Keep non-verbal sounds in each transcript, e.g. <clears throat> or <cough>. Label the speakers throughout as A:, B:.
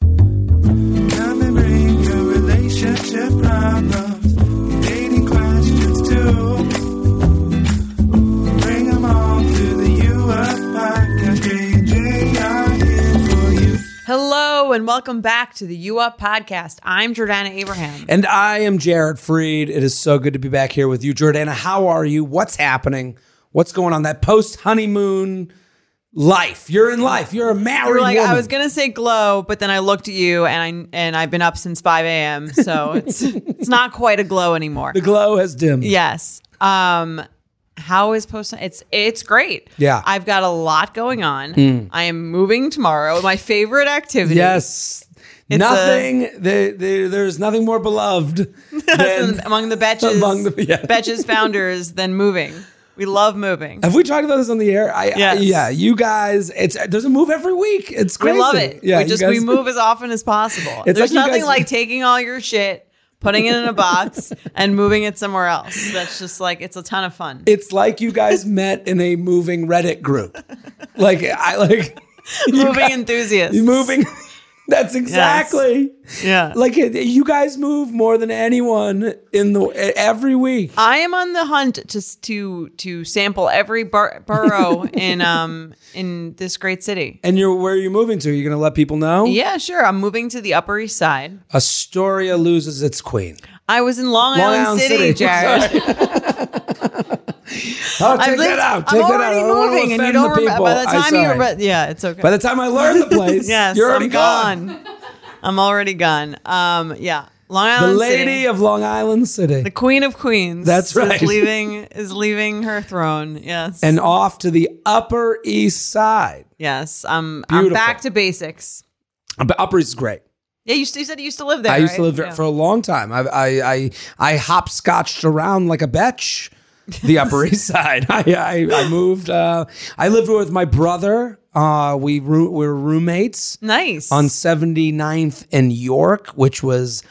A: Come and bring your relationship problems, your dating questions too. Bring them all to the U Up Podcast. JJ are here for you.
B: Hello and welcome back to the U Up podcast. I'm Jordana Abraham.
C: And I am Jared Freed. It is so good to be back here with you, Jordana. How are you? What's happening? What's going on? That post honeymoon life. You're in life. You're a married
B: Like
C: woman.
B: I was gonna say glow, but then I looked at you and I and I've been up since 5 a.m. So
C: <laughs>
B: it's it's not quite a glow anymore.
C: the glow has dimmed.
B: Yes. Um how is post it's it's great.
C: Yeah. Hmm.
B: I've got a lot going on. I am moving tomorrow. My favorite activity.
C: Yes.
B: It's
C: nothing. they, they, there's nothing
B: <laughs>
C: more beloved than
B: among the Betches
C: <laughs> Among the- yeah.
B: Betches founders than moving. We love moving.
C: Have we talked about this on the air? I, I-
B: Yes.
C: yeah, you guys. It's there's a move every week. It's
B: We
C: crazy.
B: love it.
C: Yeah,
B: we
C: you
B: just
C: guys-
B: we move as often as possible.
C: It's
B: There's
C: like you
B: nothing
C: guys-
B: like taking all your shit, putting it in a
C: <laughs>
B: box, and moving it somewhere else. That's just like it's a ton of fun.
C: It's like
B: <laughs>
C: you guys met in a moving Reddit group. like I like you
B: moving
C: guys-
B: enthusiasts.
C: you moving. <laughs> That's exactly.
B: Yeah.
C: Like it- you guys move more than anyone in the e, every week.
B: I am on the hunt to s- to to sample every bur-
C: <laughs>
B: borough in um in this great city.
C: And you're where are you moving to? You're gonna let people know.
B: Yeah, sure. I'm moving to the Upper East Side.
C: Astoria loses its queen.
B: I was in Long,
C: Long
B: Island,
C: Island
B: City,
C: City. <laughs>
B: Jared. <laughs>
C: Oh,
B: I've
C: take
B: lived-
C: that out.
B: I'm already
C: Take that out. I don't wanna
B: moving, and you
C: offend the
B: don't remember. By the
C: people. I
B: time you,
C: sorry.
B: re- yeah, it's okay.
C: by the time I
B: <laughs>
C: learn the place,
B: yes,
C: you're
B: I'm
C: already
B: gone. I'm already gone. Um, yeah, Long
C: The
B: Island
C: lady
B: City,
C: of Long Island City,
B: the Queen of Queens.
C: That's right.
B: Is leaving is leaving her throne. Yes,
C: and off to the Upper East Side.
B: yes, I'm I'm
C: Beautiful.
B: back to basics.
C: But Upper East is great.
B: Yeah, you, s- you said you used to live there.
C: I used to
B: right?
C: live there
B: Yeah.
C: for a long time. I I I, I hopscotched around like a betch,
B: <laughs>
C: the Upper East Side. <laughs> I I, I moved. Uh, I lived with my brother. Uh, we, roo- we were roommates
B: nice
C: on 79th and York, which was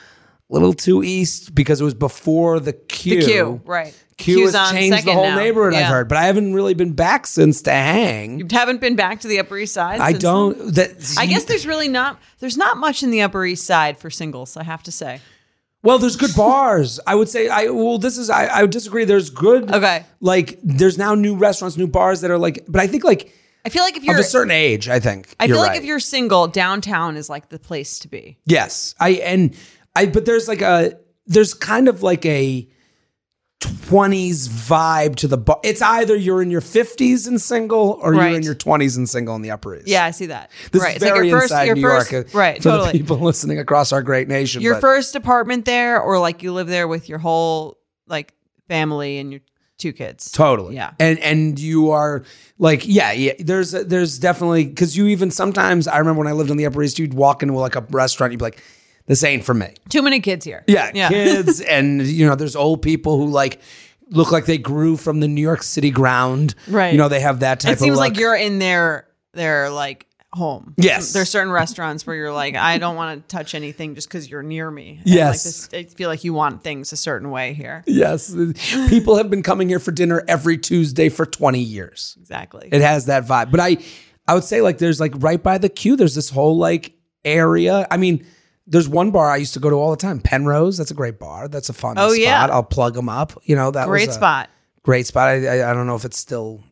C: a little too east because it was before the Q.
B: the queue. Right,
C: Q
B: Queue's
C: has
B: on
C: changed the
B: Second
C: whole
B: now.
C: neighborhood.
B: Yeah.
C: I've heard, but I haven't really been back since to hang.
B: You haven't been back to the Upper East Side.
C: I
B: since then?
C: don't. That
B: I guess there's really not there's not much in the Upper East Side for singles. I have to say.
C: Well, there's good bars. I would say I well, this is I, I would disagree. There's good
B: Okay.
C: Like there's now new restaurants, new bars that are like but I think like
B: I feel like if
C: of
B: you're
C: a certain age, I think.
B: I feel
C: you're
B: like
C: right.
B: if you're single, downtown is like the place to be.
C: Yes. I and I but there's like a there's kind of like a 20s vibe to the bar. It's either you're in your 50s and single or
B: Right.
C: you're in your 20s and single in the upper east.
B: Yeah, I see that.
C: This
B: right.
C: is very inside New
B: first,
C: York uh,
B: right,
C: for
B: totally.
C: the people listening across our great nation.
B: your
C: but-
B: first apartment there, or like you live there with your whole like family and your two kids.
C: Totally.
B: Yeah.
C: And and you are like yeah yeah. There's there's definitely because you even sometimes I remember when I lived on the Upper East, you'd walk into like a restaurant, you'd be like, this ain't for me.
B: Too many kids here.
C: Yeah, kids and you know there's old people who like look like they grew from the New York City ground.
B: Right.
C: You know they have that
B: <laughs>
C: type.
B: it seems
C: of
B: like
C: look.
B: you're in their their like home.
C: Yes.
B: There's certain restaurants where you're like, I don't want to touch anything just because you're near me. And,
C: Yes.
B: Like this, I feel like you want things a certain way here. <gasps>
C: Yes, people have been coming here for dinner every Tuesday for 20 years.
B: Exactly.
C: It has that vibe. But I I would say like there's like right by the queue, there's this whole like area. I mean, there's one bar I used to go to all the time, Penrose. That's a great bar. That's a fun
B: Oh,
C: spot.
B: yeah.
C: I'll plug them up. You know, that
B: Great
C: was uh, a
B: spot.
C: Great spot. I, I I don't know if it's still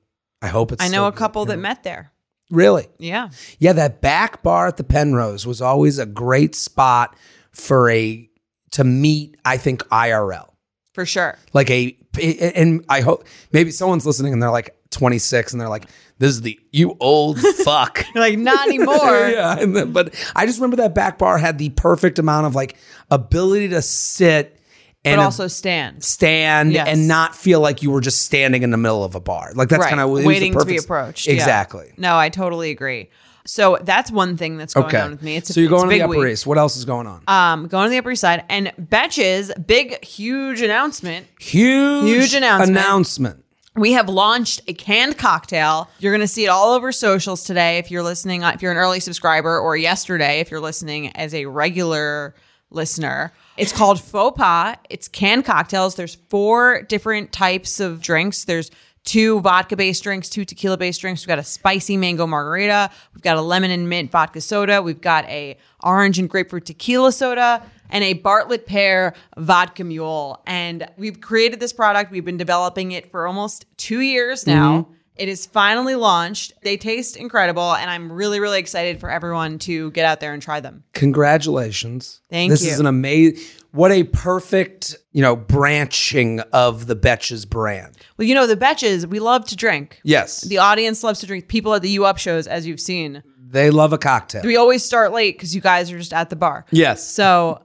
C: I hope it's
B: I know
C: still
B: a couple
C: good,
B: that
C: you know.
B: met there.
C: Really?
B: Yeah.
C: Yeah, that back bar at the Penrose was always a great spot for a to meet. I think IRL
B: for
C: <laughs>
B: sure.
C: like a and I hope maybe someone's listening and they're like 26 and they're like this is the you old <laughs> fuck.
B: You're like not anymore.
C: <laughs> yeah, and then, but I just remember that back bar had the perfect amount of like ability to sit and
B: But
C: a-
B: also stand.
C: stand
B: Yes.
C: and not feel like you were just standing in the middle of a bar. Like that's
B: right.
C: kind of
B: waiting to be approached. Yeah.
C: Exactly.
B: No, I totally agree. So that's one thing that's going
C: Okay.
B: on with me. It's a,
C: so you're going
B: it's a
C: to the
B: big
C: Upper
B: week.
C: East. What else is going on?
B: Um, going to the Upper East Side and Betches, big huge announcement.
C: huge,
B: huge announcement.
C: announcement.
B: We have launched a canned cocktail. You're going to see it all over socials today if you're listening, if you're an early subscriber, or yesterday if you're listening as a regular listener. It's called Faux Pas. It's canned cocktails. There's four different types of drinks. There's two vodka based drinks, two tequila based drinks. We've got a spicy mango margarita. We've got a lemon and mint vodka soda. We've got a orange and grapefruit tequila soda and a Bartlett pear vodka mule. And we've created this product. We've been developing it for almost two years now. It is finally launched. They taste incredible, and I'm really, really excited for everyone to get out there and try them.
C: Congratulations.
B: Thank
C: this
B: you.
C: This is an amazing, what a perfect, you know, branching of the Betches brand.
B: Well, you know, the Betches, we love to drink.
C: Yes.
B: The audience loves to drink. People at the U Up shows, as you've seen,
C: they love a cocktail.
B: we always start late because you guys are just at the bar.
C: Yes.
B: So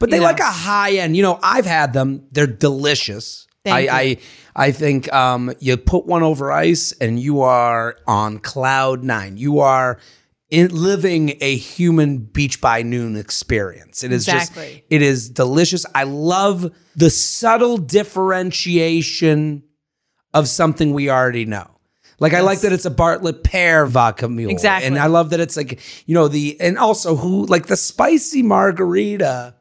C: but they
B: you know.
C: like a high end. You know, I've had them. They're delicious.
B: Thank
C: I, I I think um, you put one over ice and you are on cloud nine. You are in, living a human beach by noon experience. It is just
B: Exactly.
C: it is delicious. I love the subtle differentiation of something we already know. Like I like that it's a Bartlett pear vodka mule,
B: Exactly.
C: and I love that it's like you know the and also who like the spicy margarita.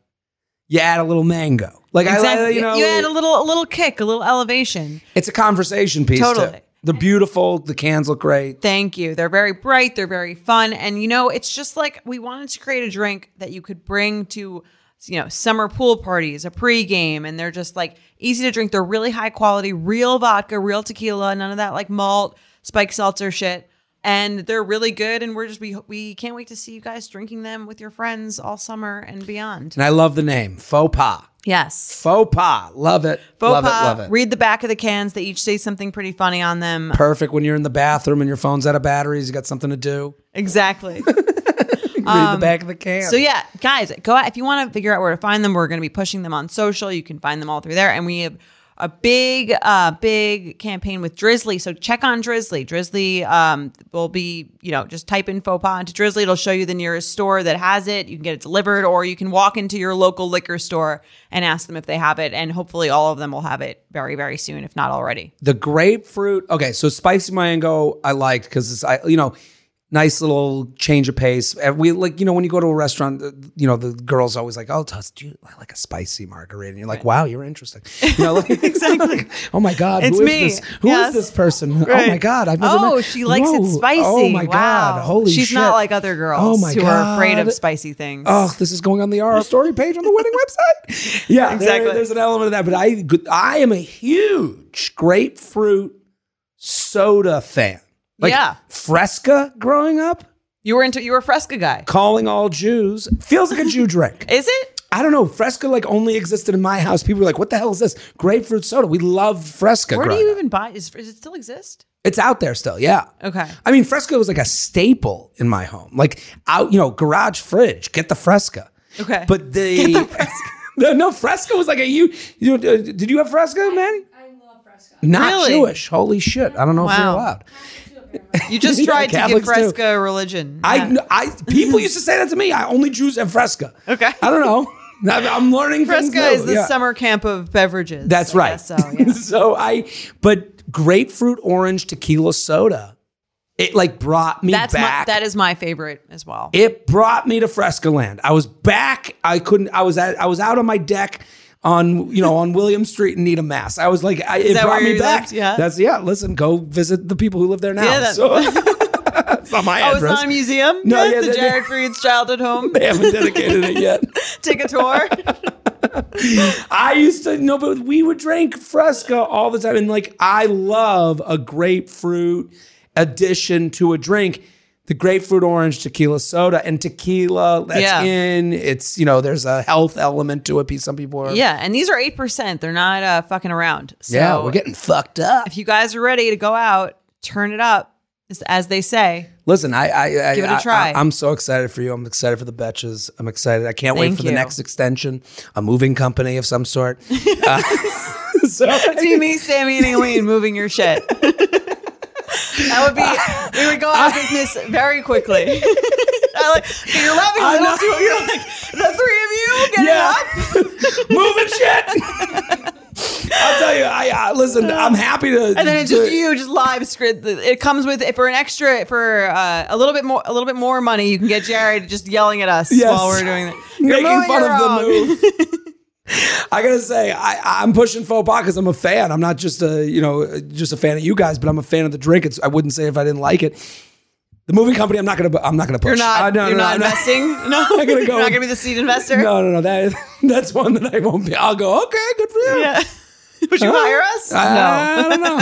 C: You add a little mango, like I
B: exactly,
C: like you know
B: you add a little, a little kick, a little elevation.
C: it's a conversation piece.
B: Totally.
C: Too. The beautiful, the cans look great.
B: Thank you. They're very bright. They're very fun. And, you know, it's just like we wanted to create a drink that you could bring to, you know, summer pool parties, a pregame. And they're just like easy to drink. They're really high quality, real vodka, real tequila, none of that like malt, spike seltzer shit. And they're really good. And we're just, we, we can't wait to see you guys drinking them with your friends all summer and beyond.
C: And I love the name faux pas,
B: Yes.
C: faux pas. Love it, love it, love it.
B: Read the back of the cans. They each say something pretty funny on them.
C: Perfect when you're in the bathroom and your phone's out of batteries. You got something to do. <laughs>
B: Exactly.
C: Read the back of the can.
B: Um, So yeah, guys, go out if you want to figure out where to find them. We're going to be pushing them on social. You can find them all through there, and we have a big, uh, big campaign with Drizzly. So check on Drizzly. Drizzly um, will be, you know, just type in faux pas into Drizzly. It'll show you the nearest store that has it. You can get it delivered, or you can walk into your local liquor store and ask them if they have it. And hopefully, all of them will have it very, very soon, if not already.
C: the grapefruit. Okay, so spicy mango I liked because it's I you know nice little change of pace. And we like you know when you go to a restaurant, uh, you know the girls always like oh Tuss, do you I like a spicy margarita? And you're like wow, you're interesting. You know, like, <laughs>
B: Exactly.
C: like, oh my god,
B: It's
C: who is
B: me.
C: this? Who is
B: Yes.
C: this person?
B: Right.
C: Oh my god, I've never.
B: oh,
C: met-
B: she likes it
C: Whoa.
B: spicy.
C: Oh my god,
B: Wow.
C: holy
B: She's
C: shit.
B: not like other girls
C: Oh my
B: who are afraid of
C: God.
B: spicy things.
C: Oh, this is going on the RL story page on the
B: <laughs>
C: wedding website. Yeah, there-
B: Exactly.
C: there's an element of that, but I I am a huge grapefruit soda fan.
B: Yeah.
C: Fresca growing up,
B: You were into you were a Fresca guy.
C: calling all Jews feels like a
B: <laughs>
C: Jew drink.
B: Is it?
C: I don't know. Fresca like only existed in my house. People were like, "What the hell is this grapefruit soda?" We love Fresca.
B: Where do
C: growing
B: you
C: up.
B: even buy? Is, does it still exist?
C: It's out there still. Yeah.
B: Okay.
C: I mean, Fresca was like a staple in my home. Like out, you know, garage fridge, get the Fresca.
B: Okay.
C: But the, <laughs> no, no, Fresca was like a you. you uh, did you have Fresca, Manny?
D: I love Fresco.
C: Not
B: Really?
C: Jewish. Holy shit! I don't know if you're
B: Wow.
C: allowed.
B: You just <laughs>
C: Yeah,
B: tried to give
C: Catholics do.
B: Fresca a religion.
C: I,
B: Yeah.
C: I people used to say that to me. I only Jews have Fresca.
B: Okay.
C: I don't
B: <laughs>
C: know. I'm, I'm learning. things
B: Fresca is
C: new.
B: the
C: Yeah.
B: summer camp of beverages.
C: That's
B: I
C: right.
B: guess
C: <laughs>
B: So yeah.
C: So I, but grapefruit orange tequila soda, it like brought me
B: that's my,
C: back.
B: that is my favorite as well.
C: it brought me to Fresca Land. I was back. I couldn't. I was at. I was out on my deck on you know on William Street in Needham, Mass. I was like, I, it
B: that
C: brought
B: where
C: me
B: you
C: back.
B: lived? Yeah.
C: That's yeah. Listen, go visit the people who live there now.
B: Yeah, that- <laughs>
C: so, <laughs> it's not my
B: oh, it's
C: address.
B: not a museum. <laughs>
C: No,
B: Yes,
C: yeah,
B: the
C: they-
B: Jared Fried's childhood home.
C: <laughs> they haven't dedicated it yet.
B: Take a tour. <laughs>
C: I used to no, but we would drink Fresca all the time, and like I love a grapefruit addition to a drink. the grapefruit orange tequila soda and tequila that's
B: Yeah.
C: in. It's you know there's a health element to it. Some people are
B: Yeah, and these are eight percent. They're not uh, fucking around. So
C: yeah we're getting fucked up.
B: if you guys are ready to go out, turn it up, as- as they say.
C: Listen, I I, I
B: Give it a
C: I-
B: try.
C: I, am so excited for you. I'm excited for the betches. I'm excited. I can't wait
B: Thank
C: for
B: you.
C: the next extension, a moving company of some
B: <laughs>
C: sort. Uh, <laughs> so
B: See me, Sammy, and
C: <laughs>
B: Aileen moving your shit. that would be. We would go out of business very quickly.
C: <laughs>
B: I like, you're laughing.
C: I
B: I
C: know.
B: love you. <laughs> You're like the three of you. Get
C: yeah,
B: it up.
C: <laughs> moving shit. I'll tell you. I, I listen. I'm happy to.
B: And then it's just you, just live script. It comes with for an extra for uh, a little bit more, a little bit more money. You can get Jared just yelling at us
C: Yes.
B: while we're doing that. You're
C: making
B: moving
C: fun
B: your
C: of
B: own.
C: the move.
B: <laughs>
C: I gotta say, I, I'm pushing faux pas because I'm a fan. I'm not just a you know just a fan of you guys, but I'm a fan of the drink. It's, I wouldn't say if I didn't like it. The moving company, I'm not gonna. I'm not gonna push.
B: You're not.
C: Uh, no, no,
B: you're
C: no,
B: not
C: I'm <laughs>
B: investing. No,
C: I'm
B: <laughs>
C: gonna go
B: You're not
C: with-
B: gonna be the seed investor.
C: No, no, no. That <laughs> that's one that I won't be. I'll go. Okay, good for you.
B: <laughs> Yeah. Would you
C: Huh?
B: hire us?
C: I, I don't know.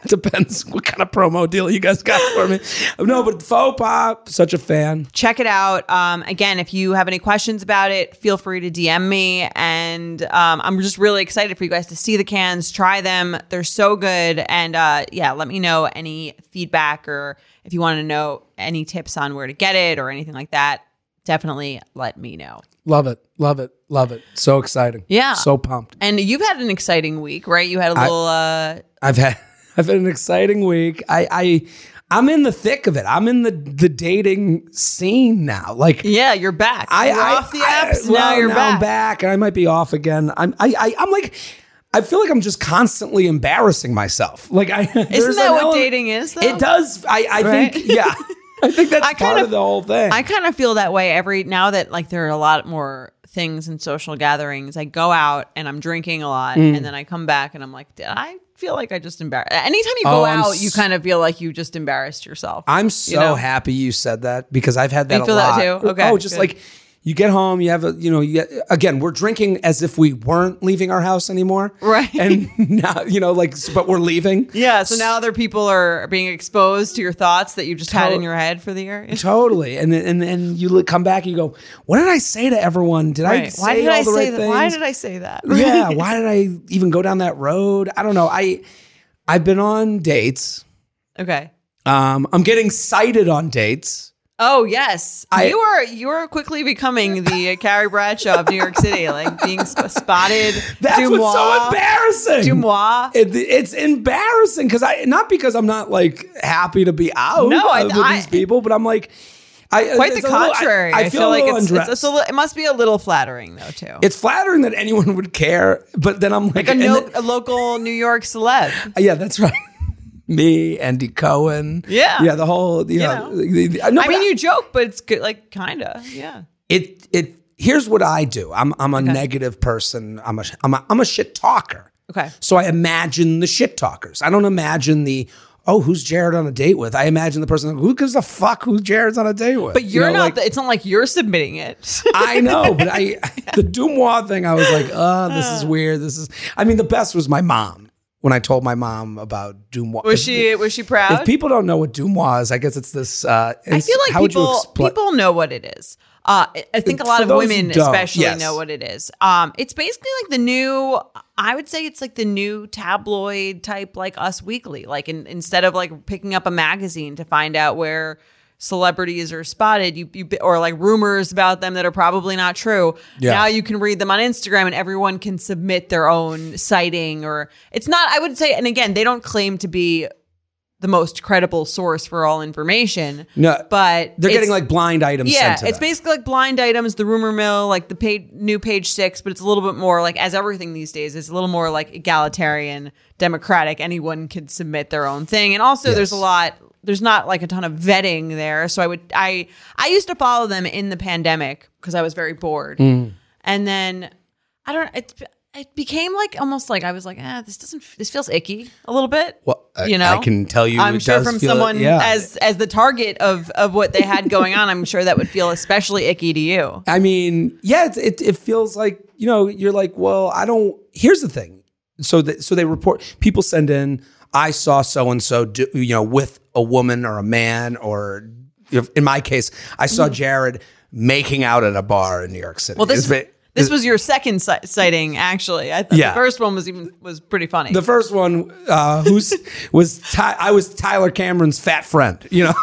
C: <laughs> Depends what kind of promo deal you guys got for me. No, but faux pas. Such a fan.
B: Check it out. Um, again, if you have any questions about it, feel free to DM me. And um, I'm just really excited for you guys to see the cans, try them. They're so good. And uh, yeah, let me know any feedback or if you want to know any tips on where to get it or anything like that. Definitely let me know.
C: Love it. Love it. Love it. So exciting.
B: Yeah.
C: So pumped.
B: And you've had an exciting week, right? You had a little. uh,
C: I've had <laughs> I've had an exciting week. I I I'm in the thick of it. I'm in the the dating scene now. Like
B: yeah, you're back.
C: I
B: you're
C: I,
B: off the
C: I-
B: apps.
C: well,
B: now you're
C: I'm back. and I might be off again. I'm I, I I'm like I feel like I'm just constantly embarrassing myself. Like I <laughs>
B: Isn't that what dating is? Though?
C: It does. I I
B: Right? <laughs>
C: think yeah. I think that's
B: I kind
C: part
B: of-
C: of, the whole
B: <laughs>
C: thing.
B: I kind of feel that way every now that like there are a lot more things in social gatherings. I go out and I'm drinking a lot,
C: Mm.
B: and then I come back and I'm like, did I feel like I just embarrassed? Anytime you go
C: Oh, I'm
B: out,
C: s-
B: you kind of feel like you just embarrassed yourself.
C: I'm so
B: know?
C: happy you said that because I've had that
B: You feel
C: a lot.
B: that too? Okay,
C: Oh, just
B: good.
C: like you get home, you have a, you know, you get, again, we're drinking as if we weren't leaving our house anymore,
B: Right.
C: And <laughs> now, you know, like, but we're leaving.
B: yeah. So now other people are being exposed to your thoughts that you just had
C: Tot-
B: in your head for the year.
C: Totally. And then- and and you look- come back and you go, what did I say to everyone? Did I
B: Right.
C: say
B: Why did
C: all
B: I
C: the
B: say
C: right
B: that?
C: things?
B: Why did I say that?
C: yeah. Why did I even go down that road? I don't know. I I've been on dates.
B: Okay.
C: Um, I'm getting cited on dates.
B: Oh yes,
C: I-
B: you are you are quickly becoming the uh, Carrie Bradshaw of New York City, like being sp- spotted.
C: <laughs> That's
B: Dumois,
C: what's so embarrassing.
B: Dumois.
C: It, it's embarrassing because I not because I'm not like happy to be out
B: No, I-
C: uh, with
B: I-
C: these people, but I'm like, I uh,
B: Quite the
C: it's a little- I-
B: contrary.
C: I,
B: I,
C: feel,
B: feel like it's, it's,
C: undressed.
B: it's a li- it must be a little flattering though too.
C: It's flattering that anyone would care, but then I'm like,
B: a,
C: and
B: no,
C: then- uh,
B: a local New York celeb.
C: yeah, that's right. <laughs> Me, Andy Cohen,
B: Yeah.
C: yeah, the whole, you, know,
B: know.
C: the- the- no,
B: I
C: but
B: mean, you joke, but it's good, like kinda, yeah.
C: it it. Here's what I do. I'm I'm a negative person. I'm a I'm a I'm a shit talker.
B: Okay.
C: So I imagine the shit talkers. I don't imagine the oh who's Jared on a date with. I imagine the person who gives a fuck who Jared's on a date with.
B: But
C: You
B: you're
C: know,
B: not.
C: like-
B: the, it's not like you're submitting
C: <laughs>
B: it. <laughs>
C: I know, but I <laughs> the Dumois thing. I was like, uh, this is weird. This is. I mean, the best was my mom when I told my mom about Dumois.
B: was she? Was she proud?
C: If people don't know what Dumois is, I guess it's this. Uh,
B: I feel like
C: how
B: people
C: would you expla-
B: people know what it is. Uh, I- I think a
C: For
B: lot of
C: those who
B: women,
C: don't,
B: especially,
C: yes.
B: know what it is. Um, it's basically like the new. I would say it's like the new tabloid type, like Us Weekly. Like in, instead of like picking up a magazine to find out where celebrities are spotted, you, you or like rumors about them that are probably not true.
C: Yeah.
B: Now you can read them on Instagram, and everyone can submit their own sighting. Or it's not. I would say, and again, they don't claim to be the most credible source for all information.
C: No,
B: but
C: They're
B: it's-
C: getting like blind items.
B: yeah,
C: sent to
B: it's
C: them.
B: basically like blind items, the rumor mill, like the page, new page six, but it's a little bit more like as everything these days, it's a little more like egalitarian, democratic. Anyone could submit their own thing, and also there's a
C: Yes.
B: lot. There's not like a ton of vetting there, so I would I I used to follow them in the pandemic because I was very bored,
C: Mm.
B: and then I don't it it became like almost like I was like ah this doesn't this feels icky a little bit
C: Well, I-
B: you know
C: I can tell you
B: I'm
C: it
B: sure
C: does
B: from
C: feel-
B: someone
C: yeah.
B: as as the target of of what they had going on I'm sure that would feel especially icky to you
C: I mean, yeah, it, it it feels like you know you're like, well, I don't. Here's the thing. So that so they report people send in. I saw so and so do you know with a woman or a man or if- in my case, I saw Jared making out at a bar in New York City.
B: Mm-hmm. Well, this
C: It's ba-
B: this was your second si- sighting, actually. I thought
C: Yeah.
B: the first one was even was pretty funny. <laughs>
C: the first one. Uh, who's was Ty- I was Tyler Cameron's fat friend.
B: <laughs>
C: You know.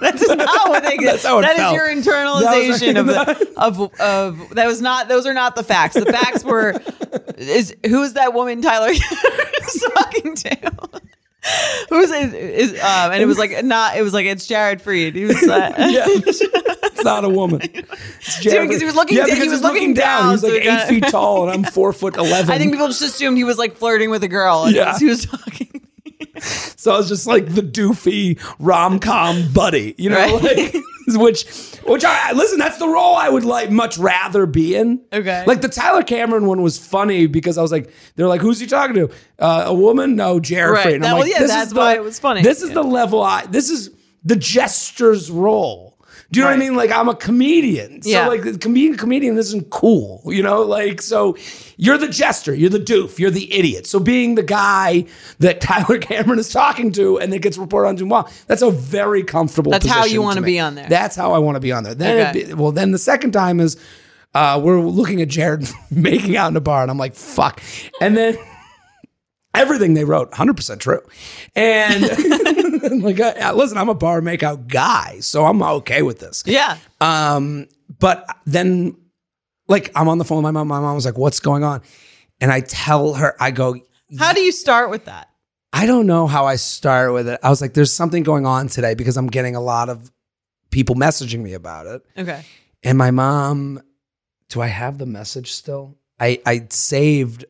B: That's not what
C: <laughs>
B: they
C: That's how it
B: That is
C: felt.
B: your
C: That
B: internalization
C: was- <laughs>
B: of, the, of of that was not those are not the facts. The facts were <laughs> is who is that woman Tyler <laughs> is talking to? <laughs> Who's is, is um, and it was like not it was like it's Jared Freed. He was uh,
C: <laughs> yeah. It's not a woman. It's Jared.
B: because he was looking
C: yeah,
B: down-
C: because
B: he was
C: he's
B: looking down,
C: He's
B: so
C: like
B: we
C: eight
B: got-
C: feet tall, and I'm four foot
B: <laughs>
C: eleven.
B: I think people just assumed he was like flirting with a girl. And
C: Yeah.
B: yeah, he was
C: <laughs>
B: talking.
C: so. I was just like the doofy rom com buddy, you know,
B: Right. <laughs>
C: like, which which I listen. That's the role I would like much rather be in.
B: Okay.
C: like the Tyler Cameron one was funny because I was like, they're like, who's he talking to? Uh, a woman? No, Jared.
B: Right.
C: Freed. And I'm
B: That-
C: like,
B: well, yeah,
C: this
B: that's
C: is
B: why
C: the-
B: it was funny.
C: This is
B: Yeah.
C: the level I. This is the jester's role. Do you know what I
B: Right.
C: mean? Like I'm a comedian, so
B: Yeah.
C: like the comedian comedian isn't cool, you know. Like so, you're the jester, you're the doof, you're the idiot. So being the guy that <laughs> Tyler Cameron is talking to and that gets reported on Dumois, that's a very comfortable.
B: That's how
C: position
B: you wanna
C: me.
B: be on there.
C: That's how I want to be on there. Then it'd
B: Okay.
C: be- well, then the second time is uh, we're looking at Jared <laughs> making out in a bar, and I'm like, fuck, and then everything they wrote 100% true and <laughs> like I, listen i'm a bar makeout guy so i'm okay with this
B: Yeah,
C: um but then like i'm on the phone with my mom my mom was like what's going on and i tell her i go
B: how do you start with that?
C: i don't know how i start with it i was like there's something going on today because i'm getting a lot of people messaging me about it
B: Okay,
C: and my mom, do I have the message still? I, I saved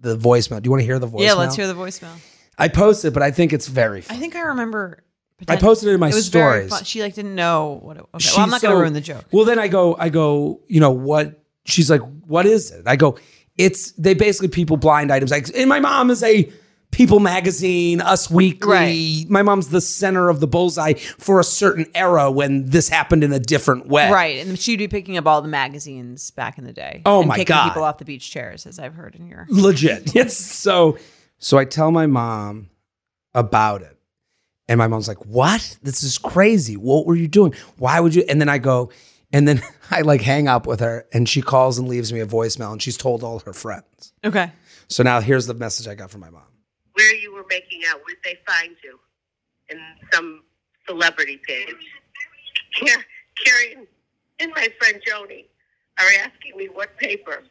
C: the voicemail. Do you want to hear the voicemail?
B: yeah, let's hear the voicemail.
C: I posted, it, but I think it's very
B: I
C: funny.
B: think I remember.
C: I posted it in my
B: it was
C: stories.
B: very fun. She like didn't know what. It, okay,
C: She-
B: well, I'm not gonna
C: so-
B: ruin the joke.
C: Well, then I go, I go, you know, what? She's like, what is it? I go, it's, they basically people blind items. Like, and my mom is a People magazine, Us Weekly.
B: Right.
C: My mom's the center of the bullseye for a certain era when this happened in a different way.
B: Right, and she'd be picking up all the magazines back in the day.
C: Oh
B: and
C: my
B: kicking
C: God.
B: People off the beach chairs, as I've heard in your.
C: legit. <laughs> Yes. So so I tell my mom about it. And my mom's like, "What? This is crazy. What were you doing? Why would you?" And then I go and then <laughs> I like hang up with her and she calls and leaves me a voicemail and she's told all her friends.
B: Okay.
C: So now here's the message I got from my mom.
D: where you were making out. Where did they find you? In some celebrity page. Car- Karen and my friend Joni are asking me what paper.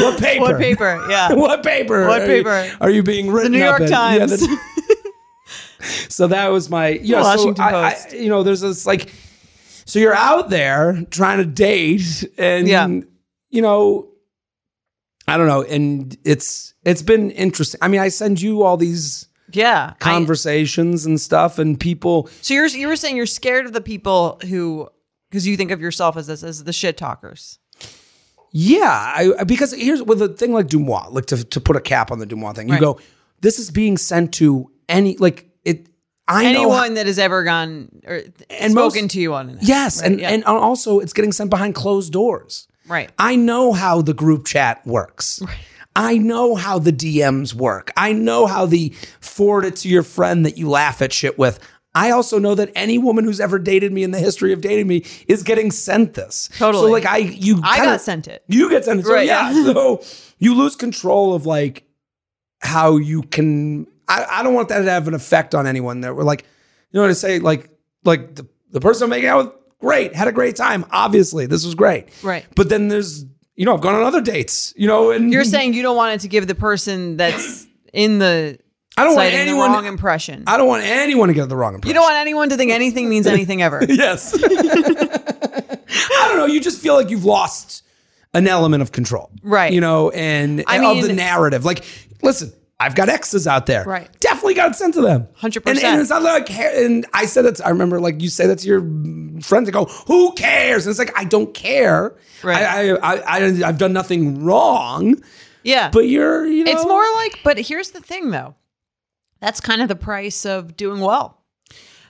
C: What paper?
B: What <laughs> paper? Yeah.
C: <laughs> what paper?
B: What
C: are
B: paper?
C: You, are you being written?
B: New
C: up
B: York
C: in?
B: Times.
C: <laughs> Yeah, the- so that was my yeah.
B: Washington
C: so I- I-
B: Post.
C: you know, there's this like, so you're out there trying to date, and
B: Yeah.
C: you know, I don't know, and it's it's been interesting. I mean, I send you all these
B: <laughs> yeah. I-
C: conversations and stuff, and people.
B: so you're you were saying you're scared of the people who because you think of yourself as this as the shit talkers.
C: Yeah, I, because here's with a thing like Dumois, like to, to put a cap on the Dumois thing,
B: Right.
C: you go, this is being sent to any like it. I know how-
B: Anyone that has ever gone or and
C: And most-
B: spoken to you on it.
C: Yes,
B: Right,
C: and
B: yeah.
C: and also it's getting sent behind closed doors.
B: right.
C: I know how the group chat works. I know how the DMs work. I know how the forward it to your friend that you laugh at shit with. I also know that any woman who's ever dated me in the history of dating me is getting sent this.
B: Totally.
C: So like I you
B: I
C: kinda-
B: got sent it.
C: You get sent it. So
B: Right, <laughs>
C: yeah.
B: yeah.
C: so you lose control of like how you can I, I don't want that to have an effect on anyone that we're like, you know what I say? Like like the, the person I'm making out with, great, had a great time. Obviously, this was great.
B: Right.
C: But then there's you know, I've gone on other dates, you know, and
B: You're saying you don't want it to give the person that's in the
C: I don't want
B: sighting
C: anyone-
B: the wrong impression.
C: I don't want anyone to get the wrong impression.
B: you don't want anyone to think anything means anything ever.
C: <laughs> Yes. I don't know. You just feel like you've lost an element of control.
B: Right.
C: You know, and,
B: I
C: and of the
B: mean-
C: narrative. Like, listen, I've got exes out there.
B: Right.
C: Definitely got it sent to them.
B: 100%.
C: And, and it's not like, and I said that, to- I remember like you say that to your friends and go, who cares? And it's like, I don't care.
B: Right.
C: I, I, I, I, I've done nothing wrong,
B: Yeah.
C: but you're, you know.
B: It's more like, but here's the thing though. That's kind of the price of doing well.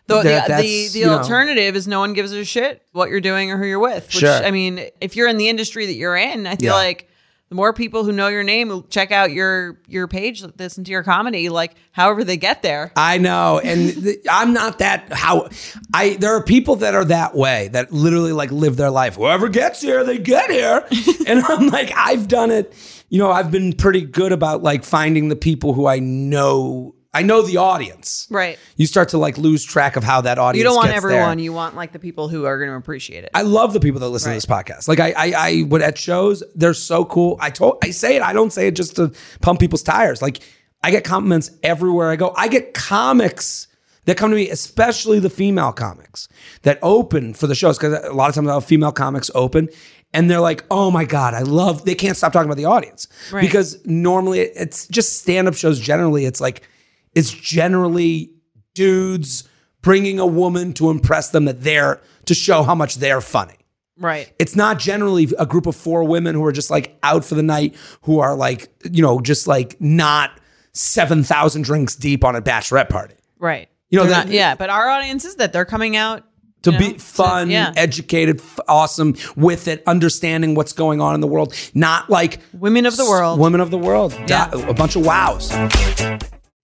B: The, the,
C: That-
B: the,
C: that's,
B: the
C: you know.
B: alternative is no one gives a shit what you're doing or who you're with. Which,
C: Sure.
B: I mean, if you're in the industry that you're in, I feel
C: Yeah.
B: like the more people who know your name who check out your your page, listen to your comedy, like however they get there.
C: I know, and
B: <laughs>
C: th- I'm not that. How I there are people that are that way that literally like live their life. Whoever gets here, they
B: <laughs>
C: get here, and I'm like, I've done it. You know, I've been pretty good about like finding the people who I know. I know the audience.
B: Right.
C: You start to like lose track of how that audience.
B: You don't want
C: gets there.
B: everyone. You want like the people who are going to appreciate it.
C: I love the people that listen to this podcast. Like I, I, I would at shows. They're so cool. I told, I say it. I don't say it just to pump people's tires. Like I get compliments everywhere I go. I get comics that come to me, especially the female comics that open for the shows because a lot of times I'll have female comics open. And they're like, oh my God, I love, they can't stop talking about the audience. Because normally it's just stand up shows, generally, it's like, it's generally dudes bringing a woman to impress them that they're to show how much they're funny.
B: right.
C: It's not generally a group of four women who are just like out for the night, who are like, you know, just like not 7,000 drinks deep on a bachelorette party.
B: Right.
C: You know,
B: They're
C: that-
B: not- yeah, but our audience is that they're coming out
C: To
B: you know,
C: be fun,
B: yeah.
C: educated, f- awesome with it, understanding what's going on in the world, not like
B: Women of the world.
C: women of the world,
B: Yeah.
C: Di- a bunch of wows.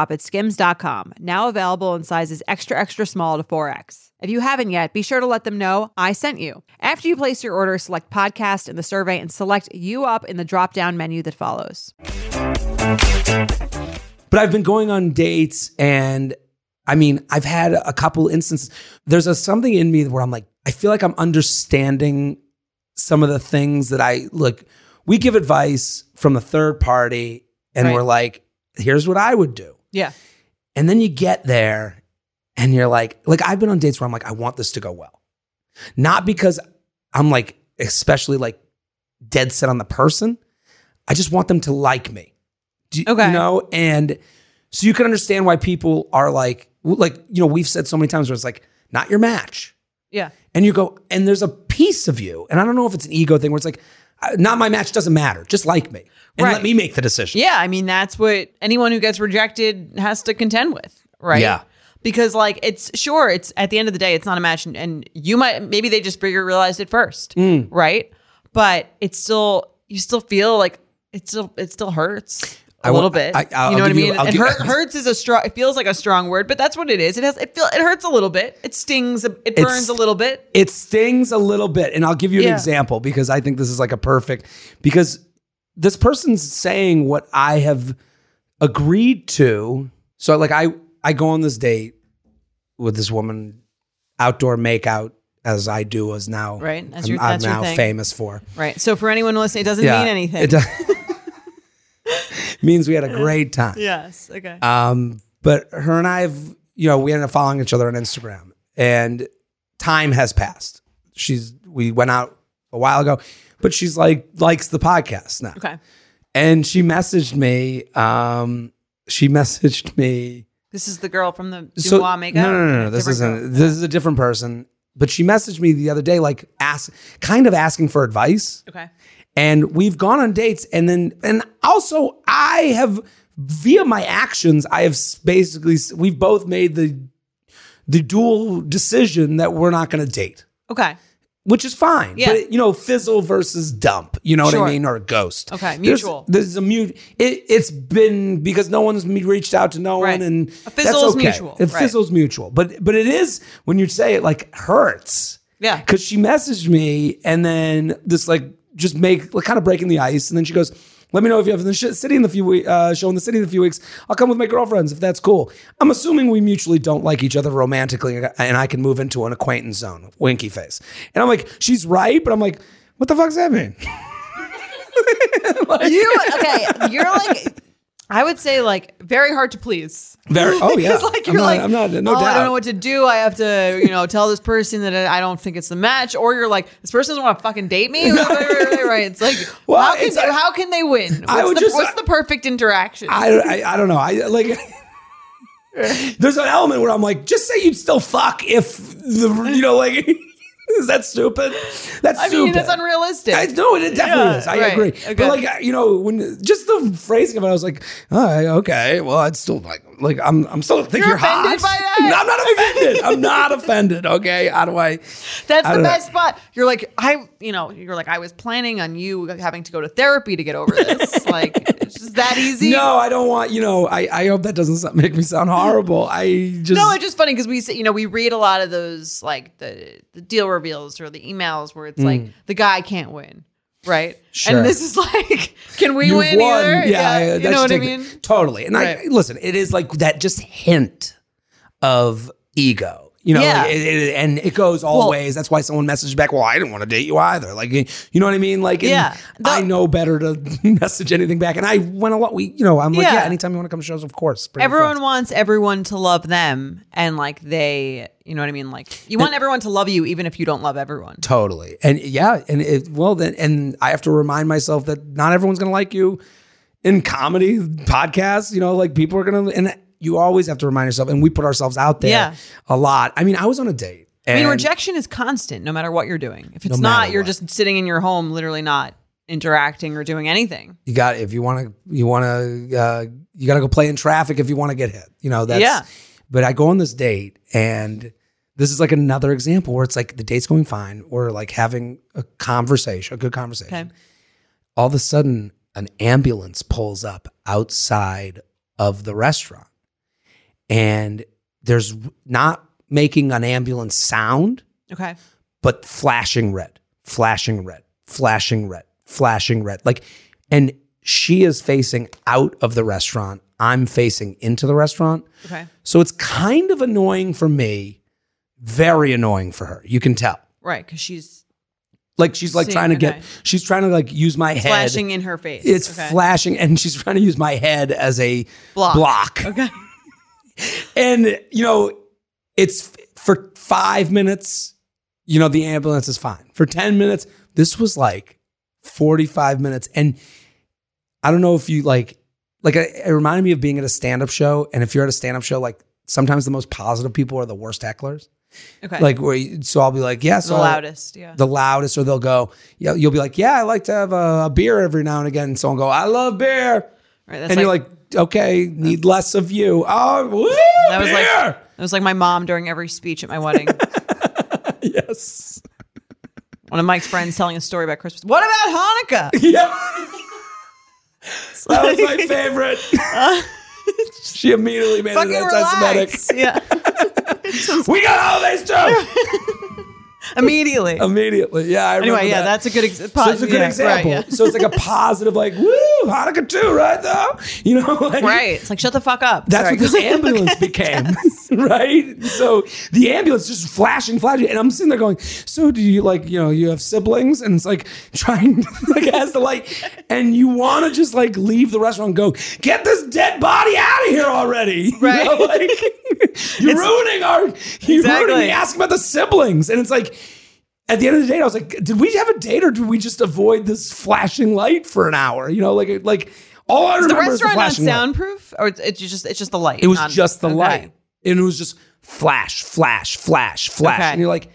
E: at skims.com, now available in sizes extra extra small to 4X. If you haven't yet, be sure to let them know I sent you. After you place your order, select podcast in the survey and select you up in the drop-down menu that follows.
C: But I've been going on dates and I mean, I've had a couple instances. There's a something in me where I'm like, I feel like I'm understanding some of the things that I look, we give advice from a third party and
B: Right.
C: we're like, here's what I would do.
B: Yeah.
C: And then you get there and you're like, like I've been on dates where I'm like, I want this to go well. Not because I'm like, especially like dead set on the person. I just want them to like me. Do,
B: Okay.
C: You know, and so you can understand why people are like, like, you know, we've said so many times where it's like, not your match.
B: Yeah.
C: And you go, and there's a piece of you. And I don't know if it's an ego thing where it's like, uh, not my match doesn't matter. Just like me and
B: Right.
C: let me make the decision.
B: Yeah, I mean that's what anyone who gets rejected has to contend with, right?
C: Yeah.
B: Because like it's sure it's at the end of the day it's not a match and, and you might maybe they just figure realized it first,
C: Hmm.
B: right? But it's still you still feel like it still it still hurts. a
C: I will-
B: little bit,
C: I- I'll
B: you know what I
C: give you-
B: mean.
C: I'll
B: and
C: give-
B: hurt, hurts is a strong. It feels like a strong word, but that's what it is. It has. It feel. It hurts a little bit. It stings. a- It burns a little bit.
C: it stings a little bit and i'll give you an
B: Yeah.
C: example because i think this is like a perfect because this person's saying what i have agreed to so like i i go on this date with this woman outdoor makeout as i do as now
B: Right, as
C: i'm,
B: your-
C: I'm
B: that's your
C: now
B: thing.
C: famous for
B: Right. So for anyone listening, it doesn't mean anything.
C: it does- <laughs> means we had a great time
B: yes. Okay.
C: um, but her and I have, you know, we ended up following each other on Instagram, and time has passed. She's we went out a while ago, but she's like likes the podcast now.
B: okay.
C: And she messaged me. Um, she <laughs> messaged me.
B: This is the girl from the Dubois
C: So
B: makeup.
C: no, no, no, no. This
B: Different
C: isn't.
B: girl.
C: This is a different person. But she messaged me the other day, like ask, kind of asking for advice
B: Okay.
C: and we've gone on dates and then and also i have via my actions i have s- basically s- we've both made the the dual decision that we're not going to date
B: Okay.
C: which is fine
B: Yeah.
C: but you know fizzle versus dump you know
B: Sure.
C: what i mean or ghost
B: Okay,
C: There's-
B: mutual.
C: there's, a mute it, it's been because no one's me- reached out to no
B: Right.
C: one and
B: A fizzle
C: that's
B: is
C: okay.
B: mutual,
C: it
B: right.
C: fizzles mutual but but it is when you say it like hurts
B: Yeah.
C: because she messaged me and then this like just make like kind of breaking the ice. And then she goes, "Let me know if you have the sh- city in the few we- uh, show in the city in a few weeks. I'll come with my girlfriends if that's cool." I'm assuming we mutually don't like each other romantically, and I can move into an acquaintance zone. Winky face. And I'm like, she's right, but I'm like, what the fuck's that mean?
B: <laughs>
C: Like-
B: You okay? You're like, I would say like very hard to please.
C: <laughs>
B: <laughs>
C: Very. Oh yeah.
B: It's like
C: I'm
B: you're
C: not-
B: like,
C: I'm not. No
B: oh,
C: doubt.
B: I don't know what to do. I have to, you know, tell this person that I don't think it's the match, or you're like, this person doesn't want to fucking date
C: <laughs>
B: me. right, right, right, right. It's like,
C: Well,
B: how, can,
C: it's like-
B: how can they win? What's,
C: I would
B: the,
C: just-
B: what's the perfect interaction?
C: I, I, I don't know. I like. <laughs> there's an element where I'm like, just say you'd still fuck if the you know like. <laughs> Is that stupid? That's
B: I mean,
C: stupid.
B: it's unrealistic.
C: I, no, it definitely
B: Yeah,
C: is. I
B: right.
C: agree.
B: Okay.
C: But like I- you know, when just the phrasing of it, I was like, all right, okay, well, it's still like like I'm I'm still think
B: You're
C: you're,
B: offended
C: hot. <laughs>
B: by that?
C: No, I'm not offended. I'm not offended. Okay, how do I?
B: That's
C: I
B: the
C: don't know.
B: best spot. You're like, I, you know, you're like, I was planning on you having to go to therapy to get over
C: <laughs>
B: this. like, it's just that easy.
C: No, I don't want. You know, I I hope that doesn't so- make me sound horrible. I just <clears throat>
B: No, it's just funny because we, say, you know, we read a lot of those like the the deal reveals or the emails where it's like the guy can't win, right?
C: Mm. Sure.
B: And this is <laughs> like, can we win either?
C: Yeah, yeah,
B: you
C: that
B: know
C: should
B: what I
C: take the-
B: mean.
C: Totally. And I
B: Right.
C: listen, it is like that just hint of ego. You know,
B: Yeah.
C: like, it- it- and it goes all ways. That's why someone messaged back, "Well, I didn't want to date you either." Like, you know what I mean? Like, and
B: Yeah. The-
C: I know better to <laughs> message anything back. And I went a lot. We, you know, I'm like,
B: Yeah.
C: yeah. anytime you want to come to shows, of course. bring your
B: Everyone
C: friends."
B: wants everyone to love them, and like they, you know what I mean. Like you want everyone to love you, even if you don't love everyone.
C: totally, and yeah, and it, well, then, and I have to remind myself that not everyone's gonna like you in comedy podcasts. You know, like people are gonna, and you always have to remind yourself. And we put ourselves out there
B: Yeah.
C: a lot. I mean, I was on a date.
B: I mean,
C: and-
B: rejection is constant, no matter what you're doing. If it's
C: No
B: not,
C: matter
B: you're
C: what.
B: just sitting in your home, literally not interacting or doing anything.
C: you got if you want to you want to uh, you got to go play in traffic if you want to get hit you know that's
B: Yeah.
C: but i go on this date and this is like another example where it's like the date's going fine we're like having a conversation a good conversation
B: Okay.
C: all of a sudden an ambulance pulls up outside of the restaurant and there's not making an ambulance sound
B: Okay.
C: but flashing red, flashing red, flashing red, flashing red. Like, and she is facing out of the restaurant. I'm facing into the restaurant.
B: Okay.
C: So it's kind of annoying for me, very annoying for her. You can tell.
B: Right. Because she's
C: Like she's like
B: See,
C: trying to get,
B: okay.
C: she's trying to like use my head.
B: flashing in her face.
C: It's
B: okay.
C: flashing, and she's trying to use my head as a
B: Block.
C: block.
B: Okay.
C: And you know, it's for five minutes, you know, the ambulance is fine. For 10 minutes, this was like 45 minutes. And I don't know if you like, like it it reminded me of being at a stand up show. And if you're at a stand up show, like sometimes the most positive people are the worst hecklers.
B: Okay.
C: Like, where you, so I'll be like, yeah,
B: the
C: so
B: loudest. Yeah.
C: the loudest, or they'll go, yeah, you'll be like, yeah, I like to have a, a beer every now and again. And someone will go, I love beer.
B: right. That's
C: and you're like, okay, need less of you. Oh, woo,
B: that was like
C: beer!
B: that was like my mom during every speech at my
C: <laughs>
B: wedding.
C: Yes. <laughs>
B: One of Mike's friends telling a story about Christmas. What
C: <laughs>
B: about Hanukkah?
C: Yeah. that was my
B: <laughs>
C: favorite. she immediately made
B: Fucking
C: it anti-Semitic. <laughs>
B: relax. <laughs> Yeah.
C: We got holidays too.
B: Immediately.
C: immediately. Yeah. I remember
B: anyway, yeah,
C: that.
B: that's a good. Ex-
C: So it's a good
B: yeah, right,
C: example.
B: yeah.
C: So it's like a positive, like woo, Hanukkah too, right? Though <laughs> you know,
B: <laughs>
C: like,
B: Right. It's like shut the fuck up.
C: That's
B: Sorry.
C: what this
B: <laughs>
C: ambulance became, <laughs> right? So the ambulance just flashing, flashing, and I'm sitting there going, "So do you like, you know, you have siblings?" And it's like <laughs> trying, like it has the light, and you want to just like leave the restaurant, and go get this dead body out of here already, <laughs>
B: Right.
C: You know,
B: <laughs>
C: like you're ruining our, you're
B: Exactly.
C: ruining me asking about the siblings, and it's like. At the end of the day, I was like, "Did we have a date, or did we just avoid this flashing light for an hour?" You know, like, like all I
B: the
C: remember is the
B: restaurant not
C: flashing light.
B: soundproof, or it's, it's just it's just the light.
C: It was
B: not-
C: just the
B: Um, okay.
C: light. And it was just flash, flash, flash, flash.
B: Okay.
C: And you're like,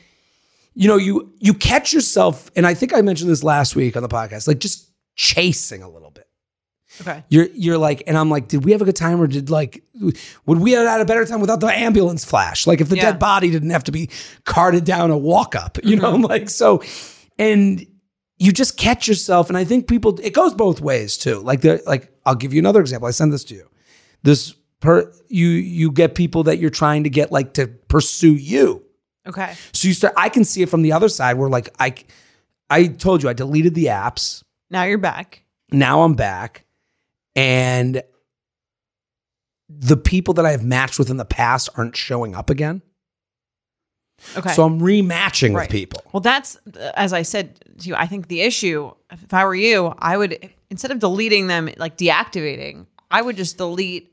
C: you know, you you catch yourself, and I think I mentioned this last week on the podcast, like just chasing a little bit.
B: Okay.
C: You're you're like, and I'm like, did we have a good time or did like would we have had a better time without the ambulance flash? Like if the
B: Yeah.
C: dead body didn't have to be carted down a walk up, you know, I'm <laughs> like so and you just catch yourself and I think people it goes both ways too. Like the like I'll give you another example. I send this to you this per you you get people that you're trying to get like to pursue you
B: Okay.
C: so you start i can see it from the other side where like i I told you I deleted the apps.
B: Now you're back.
C: Now I'm back. And the people that I have matched with in the past aren't showing up again.
B: Okay.
C: So I'm rematching with
B: Right.
C: people.
B: Well, that's uh, as I said to you. I think the issue, if I were you, I would instead of deleting them, like deactivating, I would just delete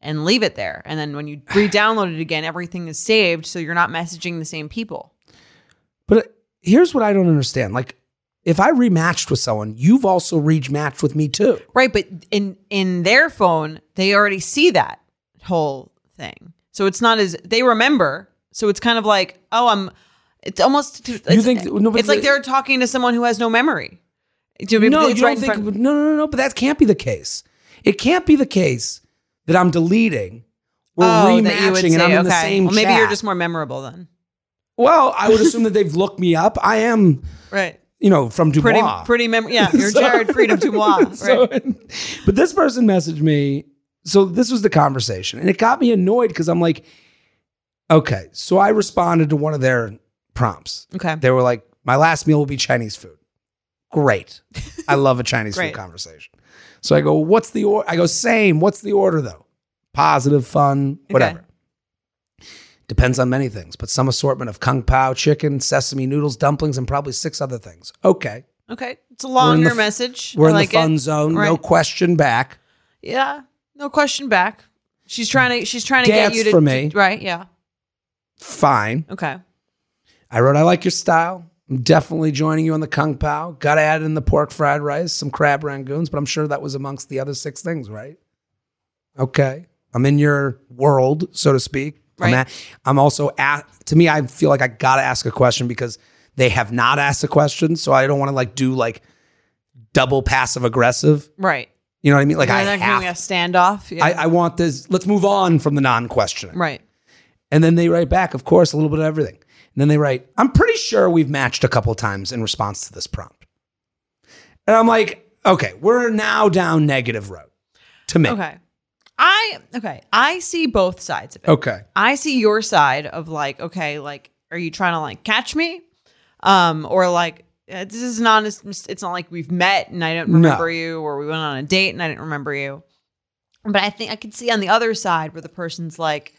B: and leave it there. And then when
C: <sighs>
B: you re-download it again, everything is saved, so you're not messaging the same people.
C: But here's what I don't understand. Like, if I rematched with someone, you've also rematched with me too.
B: Right, but in in their phone, they already see that whole thing. So it's not as they remember. So it's kind of like, oh, I'm. It's almost. It's,
C: think- no, but
B: it's like
C: the-
B: they're talking to someone who has no memory. Do you-
C: no,
B: it's
C: you don't
B: right in
C: think,
B: front-
C: no, no, no, no, but that can't be the case. It can't be the case that I'm deleting. We're
B: Oh, that you would
C: rematching and I'm
B: say,
C: in the same
B: well, maybe you're
C: chat.
B: just more memorable then.
C: Well, I would assume that they've looked me up. I am,
B: Right.
C: you know, from Dubois.
B: Pretty pretty mem- yeah, <laughs>
C: <laughs>
B: you're
C: So-
B: Jared Freedom Dubois. Right.
C: <laughs> So- but this person messaged me. So this was the conversation, and it got me annoyed because I'm like, okay. So I responded to one of their prompts.
B: okay.
C: They were like, my last meal will be Chinese food. Great.
B: <laughs>
C: I love a Chinese food
B: Great.
C: conversation. So I go, what's the order? I go, same. What's the order though? Positive, fun, whatever. Depends on many things, but some assortment of kung pao, chicken, sesame noodles, dumplings, and probably six other things. Okay.
B: Okay. It's a
C: the
B: longer
C: f-
B: message.
C: We're
B: I
C: in
B: like
C: the fun
B: it.
C: zone. No
B: Right.
C: question back.
B: Yeah. No question back. She's trying to she's trying to
C: Dance
B: get you to
C: for me.
B: to- right, yeah.
C: Fine.
B: Okay.
C: I wrote, I like your style. I'm definitely joining you on the kung pao. Got to add in the pork fried rice, some crab rangoons, but I'm sure that was amongst the other six things, right? Okay. I'm in your world, so to speak. I'm,
B: Right.
C: a- I'm also at, to me, I feel like I got to ask a question because they have not asked a question. So I don't want to like do like double passive aggressive.
B: Right.
C: You know what I mean? Like I
B: You're not
C: have,
B: doing a standoff. Yeah.
C: I, I want this. Let's move on from the non questioning.
B: right.
C: And then they write back, of course, a little bit of everything. And then they write, I'm pretty sure we've matched a couple times in response to this prompt. And I'm like, okay, we're now down negative road to me.
B: Okay. I okay. I see both sides of it.
C: Okay.
B: I see your side of like, okay, like, are you trying to like catch me? Um, or like, eh, this is an honest, mis- it's not like we've met and I don't
C: No.
B: remember you, or we went on a date and I didn't remember you. But I think I could see on the other side where the person's like,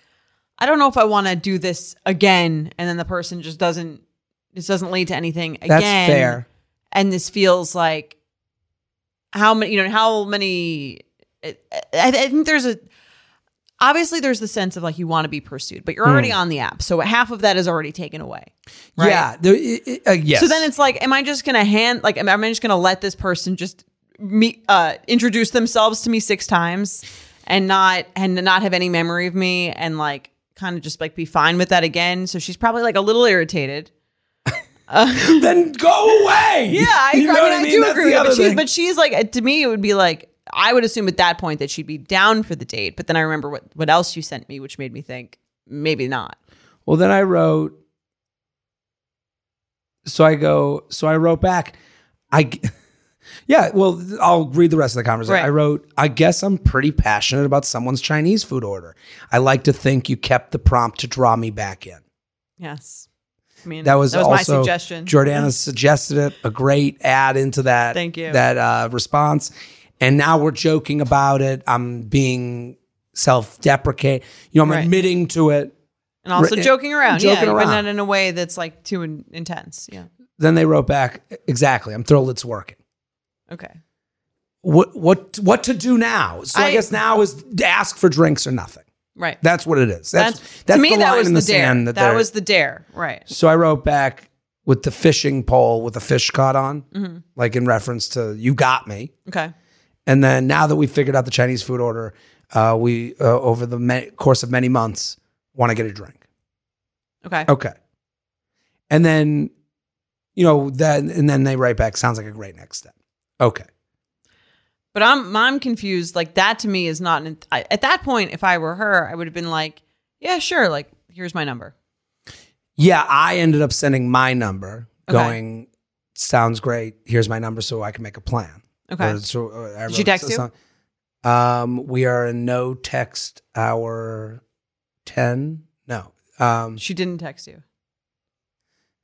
B: I don't know if I want to do this again. And then the person just doesn't, this doesn't lead to anything again.
C: That's fair.
B: And this feels like how many, you know, how many, I, I I think there's a, obviously there's the sense of like you want to be pursued, but you're already on the app. So half of that is already taken away. Right.
C: Yeah. there- i- i- uh, yes.
B: So then it's like, am I just going to hand, like, am am I just going to let this person just me, uh, introduce themselves to me six times and not, and not have any memory of me and like kind of just like be fine with that again. So she's probably like a little irritated.
C: then go away.
B: Yeah, I,
C: <laughs> You know
B: I
C: what
B: mean, I, do
C: That's
B: agree
C: the
B: with that.
C: other
B: But, she's,
C: thing.
B: but she's like, to me, it would be like, I would assume at that point that she'd be down for the date. But then I remember what, what else you sent me, which made me think maybe not.
C: Well, then I wrote. So I go. So I wrote back. I. g- <laughs> Yeah. Well, th- I'll read the rest of the conversation.
B: Right.
C: I wrote. I guess I'm pretty passionate about someone's Chinese food order. I like to think you kept the prompt to draw me back in.
B: Yes. I mean,
C: That was,
B: my
C: also
B: suggestion. Mm-hmm.
C: Jordana suggested it. A great add into that.
B: Thank you.
C: That uh, response. And now we're joking about it. I'm being self-deprecate. You know, I'm
B: Right.
C: admitting to it.
B: and also
C: Right,
B: joking around,
C: joking
B: yeah,
C: around.
B: but not in a way that's like too in- intense. Yeah.
C: Then they wrote back. Exactly. I'm thrilled it's working.
B: Okay.
C: what what what to do now. So I,
B: I-
C: guess now is to ask for drinks or nothing.
B: Right.
C: That's what it is. That's that's,
B: to
C: the
B: me
C: line
B: that was
C: in
B: the,
C: the,
B: dare.
C: sand
B: That,
C: that, there-
B: was the dare. Right.
C: So I wrote back with the fishing pole with a fish caught on,
B: Mm-hmm.
C: like in reference to you got me.
B: Okay.
C: And then now that we figured out the Chinese food order, uh, we uh, over the ma- course of many months want to get a drink.
B: Okay.
C: Okay. And then, you know, then and then they write back. Sounds like a great next step. Okay.
B: But I'm I'm confused. Like that to me is not an, I, at that point. If I were her, I would have been like, yeah, sure. Like here's my number.
C: Yeah, I ended up sending my number,
B: Okay.
C: going, sounds great. Here's my number so I can make a plan.
B: Okay.
C: Or so, or I
B: Did she
C: wrote
B: text you?
C: some- Um, we are in no text hour 10. No, um,
B: She didn't text you.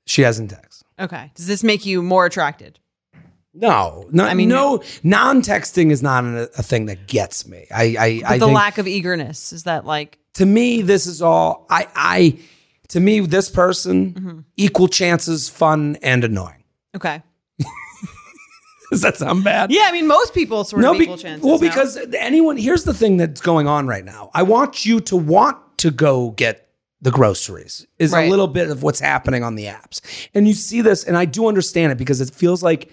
C: she hasn't text.
B: Okay. Does this make you more attracted?
C: No, no, I
B: mean-
C: mean, no, non-texting is not a, a thing that gets me. I, I,
B: But
C: I
B: the
C: think
B: lack of eagerness is that like
C: to me, this is all I, I, to me, this person
B: Mm-hmm.
C: equal chances, fun and annoying. <laughs>
B: okay.
C: Does that sound bad?
B: Yeah, I mean most people sort of
C: be-
B: equal chances.
C: well,
B: no?
C: because anyone, here's the thing that's going on right now. I want you to want to go get the groceries, is
B: Right.
C: a little bit of what's happening on the apps. And you see this, and I do understand it because it feels like,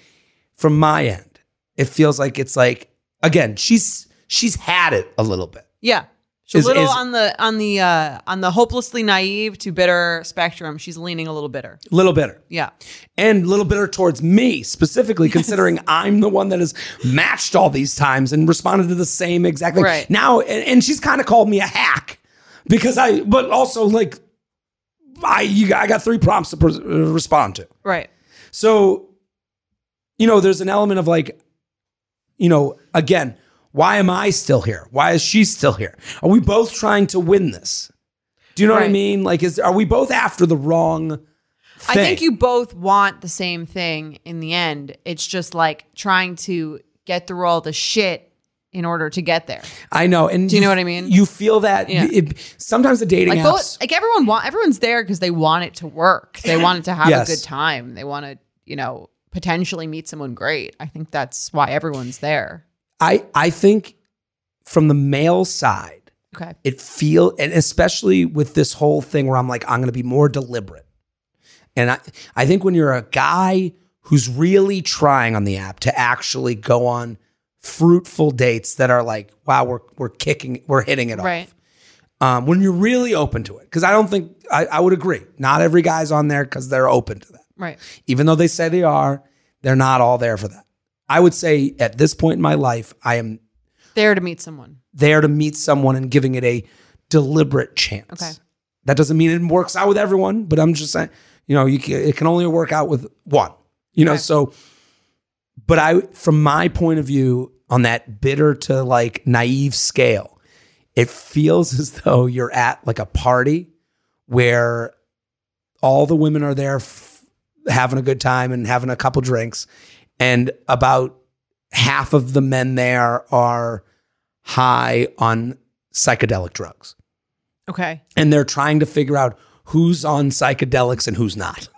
C: from my end, it feels like it's like, again, she's she's had it a little bit.
B: Yeah. She's
C: Is-
B: a little
C: is-
B: on the on the uh on the hopelessly naive to bitter spectrum. She's leaning a little bitter.
C: A little bitter.
B: Yeah.
C: And a little bitter towards me specifically, considering I'm the one that has matched all these times and responded to the same exactly.
B: Right.
C: Now, and, and she's kind of called me a hack because I, but also like, I you, I got three prompts to pres- uh, respond to.
B: Right.
C: So, you know, there's an element of like, you know, again, why am I still here? Why is she still here? Are we both trying to win this? Do you know what I
B: Right.
C: mean? Like, is are we both after the wrong?
B: I think
C: thing?
B: you both want the same thing in the end. It's just like trying to get through all the shit in order to get there.
C: I know, and
B: Do you know what I mean?
C: You feel that
B: Yeah.
C: it, sometimes the dating
B: Like
C: apps.
B: both like everyone want everyone's there because they want it to work. They want it to have
C: Yes.
B: a good time. They want to, you know, potentially meet someone great. I think that's why everyone's there.
C: I I think from the male side,
B: Okay.
C: it feel and especially with this whole thing where I'm like I'm going to be more deliberate, and I I think when you're a guy who's really trying on the app to actually go on fruitful dates that are like wow we're we're kicking we're hitting it off.
B: Right.
C: um, when you're really open to it. Because I don't think I, I would agree. Not every guy's on there because they're open to that.
B: Right.
C: Even though they say they are, they're not all there for that. I would say at this point in my life, I am
B: There to meet someone.
C: there to meet someone and giving it a deliberate chance.
B: Okay.
C: That doesn't mean it works out with everyone, but I'm just saying, you know, you can, it can only work out with one. You know,
B: Okay.
C: so. But I, from my point of view, on that bitter to like naive scale, it feels <laughs> as though you're at like a party where all the women are there f- having a good time and having a couple drinks, and about half of the men there are high on psychedelic drugs
B: Okay.
C: and they're trying to figure out who's on psychedelics and who's not.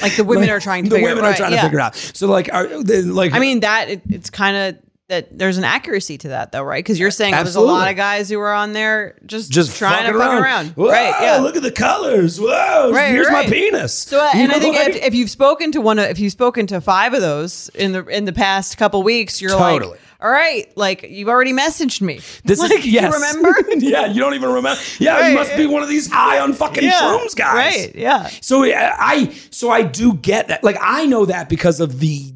B: Like the women
C: Like,
B: are trying to
C: the
B: figure
C: women
B: it,
C: are
B: right,
C: trying
B: yeah.
C: to figure it out. So like, are, they- like
B: I mean that it, it's kind of that there's an accuracy to that though, right? Because you're saying there's a lot
C: Absolutely.
B: of guys who are on there just
C: just
B: trying
C: fucking
B: to fuck around,
C: Whoa,
B: right? Yeah.
C: Look at the colors. Whoa,
B: Right,
C: here's
B: right.
C: my penis.
B: So uh,
C: You
B: and I
C: know,
B: think
C: like-
B: if, if you've spoken to one of if you've spoken to five of those in the in the past couple weeks, you're
C: Totally.
B: like, all right, like you've already messaged me.
C: this
B: like,
C: is yes.
B: you remember?
C: <laughs> yeah, you don't even remember. Yeah,
B: Right.
C: you must be one of these high on fucking shrooms guys.
B: Right? Yeah.
C: So yeah, I so I do get that. Like I know that because of the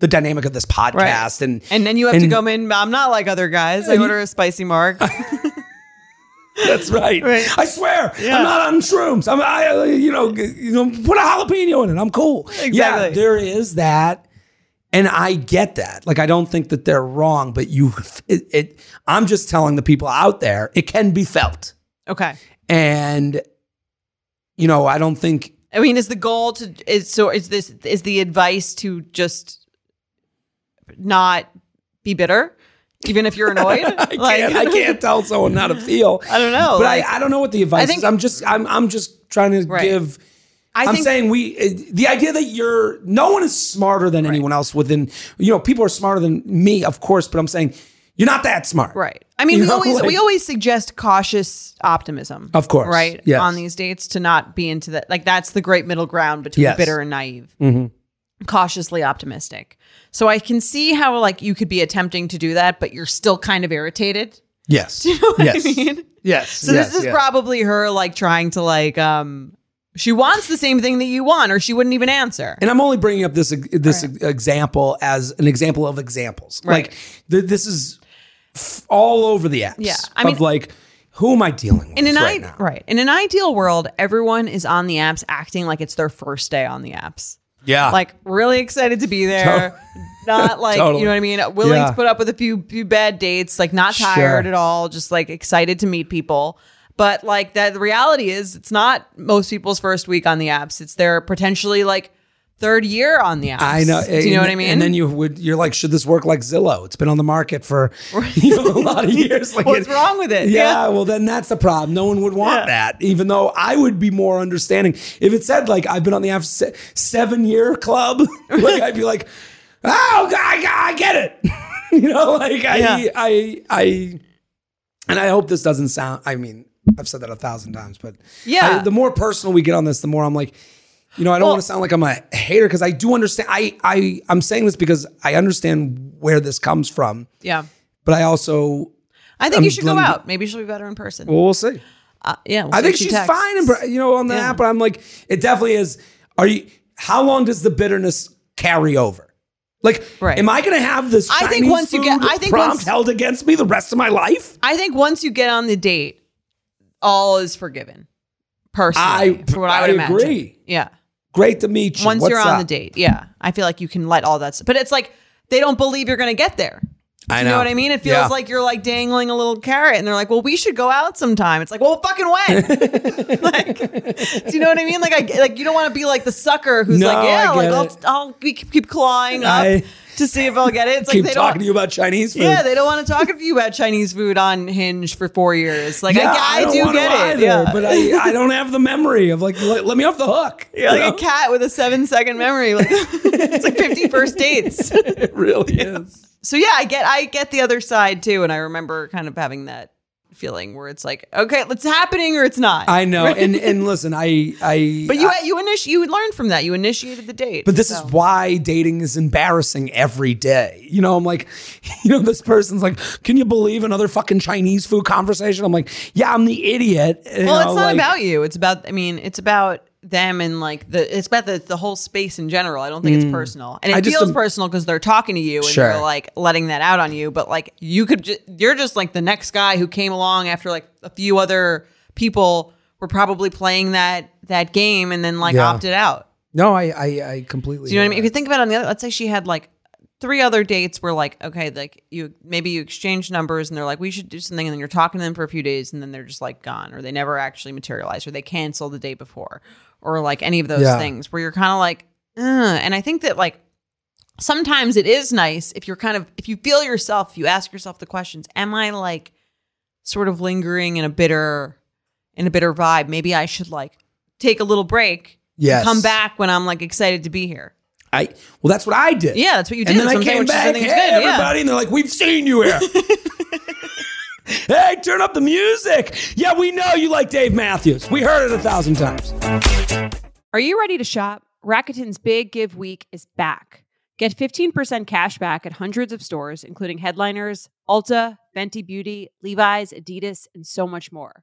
C: the dynamic of this podcast and
B: And then you have to
C: and-
B: go in. I'm not like other guys. I
C: And-
B: order a spicy
C: <laughs>
B: mark.
C: That's right.
B: Right.
C: I swear,
B: Yeah.
C: I'm not on shrooms. I'm, I, uh, you know, g- you know, put a jalapeno in it. I'm cool. Yeah,
B: Exactly.
C: there is that, and I get that. Like, I don't think that they're wrong, but you, it, it. I'm just telling the people out there, it can be felt,
B: okay.
C: and you know, I don't think
B: I mean, is the goal to is so is this is the advice to just not be bitter, even if you're annoyed?
C: <laughs> I can't. I can't tell someone how to feel.
B: <laughs> I don't know,
C: but
B: like-
C: I, I don't know what the advice
B: I think-
C: is. I'm just, I'm, I'm just trying to
B: Right.
C: give.
B: I
C: I am
B: think-
C: saying we uh, the idea that you're no one is smarter than anyone else within you know people are smarter than me of course but I'm saying you're not that smart
B: Right. I mean,
C: You
B: we
C: know,
B: always
C: like-
B: we always suggest cautious optimism,
C: Of course.
B: right?
C: Yes.
B: On these dates, to not be into that. Like that's the great middle ground between
C: Yes. Mm-hmm.
B: bitter and naive, cautiously optimistic. So I can see how like you could be attempting to do that, but you're still kind of irritated. <laughs>
C: yes
B: You know what
C: yes
B: I mean?
C: yes
B: So this is probably her like trying to like um she wants the same thing that you want or she wouldn't even answer.
C: And I'm only bringing up this uh, this example as an example of examples.
B: Right.
C: Like th- this is f- all over the apps.
B: Yeah, I mean-
C: of like who am I dealing with
B: in an
C: right
B: i-
C: now?
B: right. In an ideal world, everyone is on the apps acting like it's their first day on the apps. <laughs>
C: Yeah.
B: Like really excited to be there.
C: <laughs>
B: Not like
C: Totally.
B: you know what I mean, willing
C: Yeah.
B: to put up with a few few bad dates, like not
C: Sure.
B: tired at all, just like excited to meet people. But like that the reality is it's not most people's first week on the apps. It's their potentially like third year on the ice.
C: I know.
B: Do you know what I mean?
C: And then you would, you're like, should this work like Zillow? It's been on the market for <laughs> you know, a
B: <laughs>
C: lot of years. Like
B: What's wrong with it?
C: Yeah,
B: Yeah.
C: Well, then that's the problem. No one would want that. Even though I would be more understanding if it said like I've been on the after se- seven year club. <laughs> like I'd be like, oh, I, I get it. <laughs> you know, like I,
B: Yeah.
C: I, I, and I hope this doesn't sound. I mean, I've said that a thousand times, but
B: Yeah.
C: I- the more personal we get on this, the more I'm like, you know, I don't want to sound like I'm a hater because I do understand. I, I, I'm saying this because I understand where this comes from,
B: yeah.
C: but I also,
B: I think
C: I'm
B: you should go
C: glum-
B: out. Maybe she'll be better in person.
C: Um, well, we'll see.
B: Uh, yeah, we'll
C: I
B: see
C: think
B: if she
C: she's
B: texts.
C: fine, and br- you know, on the app. But I'm like, it definitely is. Are you? How long does the bitterness carry over? Like,
B: Right.
C: am I going to have this?
B: I think
C: Chinese
B: once you get-
C: food
B: I think
C: prompt
B: once-
C: held against me the rest of my life.
B: I think once you get on the date, all is forgiven. Personally,
C: I-
B: for what I would
C: I
B: imagine.
C: agree.
B: Yeah.
C: Great to meet you.
B: Once
C: What's
B: you're on
C: up?
B: the date, yeah, I feel like you can let all that. s- But it's like they don't believe you're going to get there.
C: I
B: You know what I mean? It feels
C: Yeah.
B: like you're like dangling a little carrot, and they're like, "Well, we should go out sometime." It's like, "Well, fucking when?" like,
C: <laughs>
B: do you know what I mean? Like, I like you don't want to be like the sucker who's
C: No,
B: like, "Yeah,
C: I
B: like
C: get
B: I'll,
C: it.
B: I'll be, keep clawing up
C: I-
B: to see if I'll get it." It's like
C: Keep
B: they
C: talking to
B: don't.
C: you about Chinese food.
B: Yeah, they don't want to talk to you about Chinese food on Hinge for four years. Like,
C: Yeah,
B: I, I,
C: don't
B: do
C: wanna
B: get
C: lie
B: it.
C: there,
B: yeah.
C: but I, I don't have the memory of like let, let me off the
B: <laughs>
C: hook.
B: You're
C: You
B: like a
C: know?
B: cat with a seven second memory. Like, <laughs> it's like 50 first dates.
C: It really is.
B: so yeah, I get I get the other side too, and I remember kind of having that feeling where it's like, okay, it's happening or it's not.
C: I know.
B: <laughs>
C: And and listen, I I
B: but you
C: I-
B: you initi- you learned from that. You initiated the date.
C: but this
B: so.
C: is why dating is embarrassing every day. You know, I'm like, <laughs> you know, this person's like, can you believe another fucking Chinese food conversation? I'm like, yeah, I'm the idiot. You
B: well,
C: know,
B: it's not
C: like-
B: about you. It's about I mean, it's about them and like the it's about the, the whole space in general. I don't think it's personal, and it
C: Mm. I just
B: feels
C: am-
B: personal because they're talking to you and
C: Sure.
B: they're like letting that out on you. But like you could, ju- you're just like the next guy who came along after like a few other people were probably playing that that game and then like
C: Yeah.
B: opted out.
C: No, I I, I completely.
B: Do you know what I mean? If
C: hear
B: you think about it on the other, let's say she had like three other dates where like, okay, like you maybe you exchange numbers and they're like, we should do something, and then you're talking to them for a few days, and then they're just like gone, or they never actually materialize, or they cancel the day before, or like any of those
C: Yeah.
B: things where you're kind of like, Ugh. and I think that like sometimes it is nice if you're kind of if you feel yourself, if you ask yourself the questions, am I like sort of lingering in a bitter in a bitter vibe? Maybe I should like take a little break. and
C: Yes.
B: Come back when I'm like excited to be here.
C: I well, that's what I did.
B: Yeah, that's what you did.
C: And then
B: That's
C: I
B: what I'm saying,
C: came
B: which is- I
C: back,
B: think
C: hey,
B: it's good, yeah.
C: everybody, and they're like, we've seen you here. <laughs> hey, turn up the music. Yeah, we know you like Dave Matthews. We heard it a thousand times.
E: Are you ready to shop? Rakuten's Big Give Week is back. Get 15% cash back at hundreds of stores, including Headliners, Ulta, Fenty Beauty, Levi's, Adidas, and so much more.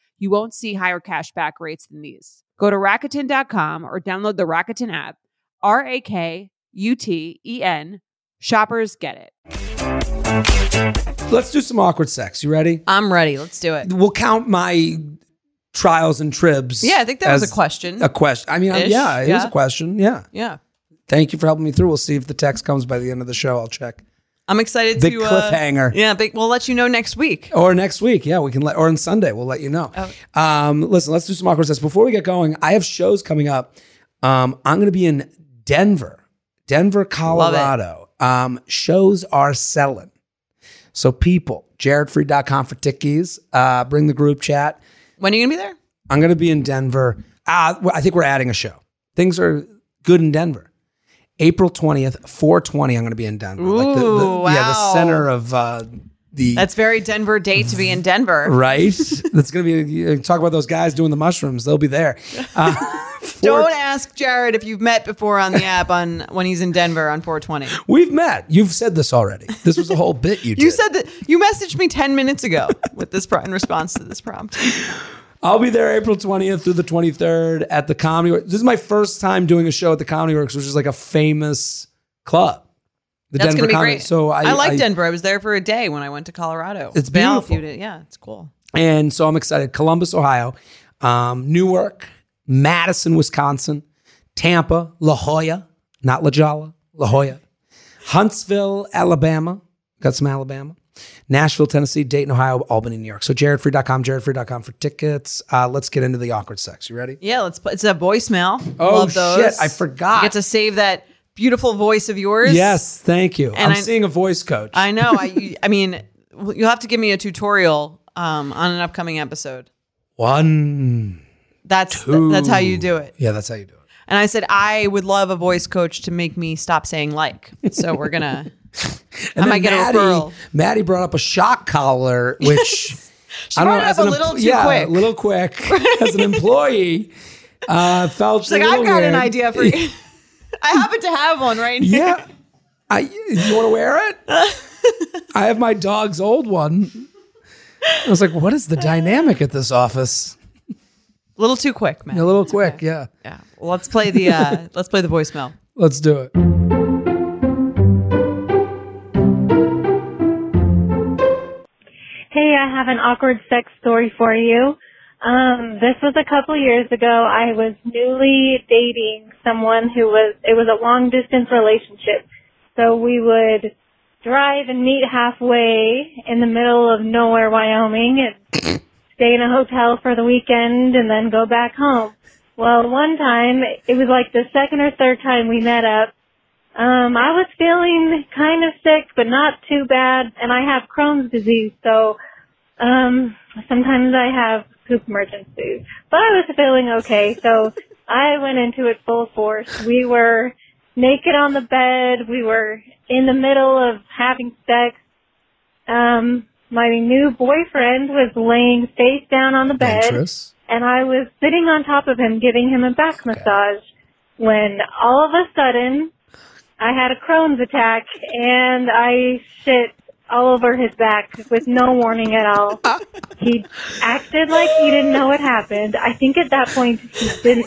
E: You won't see higher cash back rates than these. Go to Rakuten.com or download the Rakuten app. R A K U T E N. Shoppers get it.
C: Let's do some awkward sex. You ready?
B: I'm ready. Let's do it.
C: We'll count my trials and tribs.
B: Yeah, I think that was
C: as
B: a question.
C: A question. I mean, I-
B: Ish,
C: yeah, it was
B: yeah.
C: a question. Yeah.
B: yeah.
C: Thank you for helping me through. We'll see if the text comes by the end of the show. I'll check.
B: I'm excited
C: Big
B: to uh,
C: cliffhanger.
B: yeah, big, we'll let you know next week.
C: Or next week, yeah, we can let. Or on Sunday, we'll let you know.
B: Oh.
C: Um, listen, let's do some awkward sex before we get going. I have shows coming up. Um, I'm going to be in Denver, Denver, Colorado. Um, shows are selling, so people, jaredfree.com for tickies. Uh, bring the group chat.
B: When are you gonna be there?
C: I'm going to be in Denver. Uh, well, I think we're adding a show. Things are good in Denver. April 20th, 420, I'm going to be in Denver. like the, the,
B: Ooh,
C: Yeah, the
B: wow.
C: center of uh, the
F: That's very Denver date to be in Denver.
C: right. That's gonna be uh, talk about those guys doing the mushrooms. They'll be there.
F: <laughs>
C: Uh, for-
F: Don't ask Jared if you've met before
C: <laughs>
F: on the app on when he's in Denver on 420.
C: We've met. You've said this already. This was a whole bit you did.
F: <laughs> You said that you messaged me 10 minutes ago with this pro- in response to
C: <laughs>
F: this prompt.
C: I'll be there April 20th through the 23rd at the Comedy Works. This is my first time doing a show at the Comedy Works, which is like a famous club. The
F: That's going to be
C: Comedy.
F: great.
C: So I,
F: like
C: I-
F: Denver. I was there for a day when I went to Colorado.
C: It's
F: Val, if you
C: beautiful.
F: did- yeah, it's cool.
C: And so I'm excited. Columbus, Ohio, um, Newark, Madison, Wisconsin, Tampa, La Jolla, not La Jolla, La Jolla, Huntsville, Alabama, got some Alabama, Nashville, Tennessee, Dayton, Ohio, Albany, New York. So jaredfree.com, jaredfree.com for tickets. Uh, let's get into the awkward sex. You ready?
F: Yeah, let's. put It's a voicemail.
C: Oh,
F: Love those.
C: shit, I forgot.
F: You get to save that beautiful voice of yours.
C: Yes, thank you. I'm
F: I-
C: seeing a voice coach.
F: I know. I, I mean, you'll have to give me a tutorial um, on an upcoming episode.
C: One.
F: That's that's how you do it.
C: Yeah, that's how you do it.
F: And I said I would love a voice coach to make me stop saying like. So we're gonna. I
C: And then
F: might get a
C: Maddie,
F: referral.
C: Maddie brought up a shock
F: <laughs>
C: collar, which I
F: brought it
C: as
F: up a
C: an
F: little too
C: yeah,
F: quick.
C: a little
F: <laughs>
C: quick. <laughs> as an employee, uh, felt
F: She's like, I've got an idea for <laughs> you. I happen to have one right
C: <laughs>
F: here.
C: Yeah, I. You want to wear it?
F: <laughs>
C: I have my dog's old one. I was like, what is the dynamic at this office?
F: A little too quick, man.
C: A little quick, yeah.
F: Yeah. Well, let's play the uh, <laughs> let's play the voicemail.
C: Let's do it.
G: Hey, I have an awkward sex story for you. Um, this was a couple years ago. I was newly dating someone who was, it was a long distance relationship. So we would drive and meet halfway in the middle of nowhere, Wyoming and stay in a hotel for the weekend and then go back home. Well, one time, it was like the second or third time we met up, um, I was feeling kind of sick, but not too bad, and I have Crohn's disease, so um, sometimes I have poop emergencies. But I was feeling okay, so I went into it full force. We were naked on the bed. We were in the middle of having sex. Um, my new boyfriend was laying face down on the bed
C: Ventress.
G: and I was sitting on top of him giving him a back massage when all of a sudden I had a Crohn's attack and I shit all over his back with no warning at all. he acted like he didn't know what happened. I think at that point he didn't.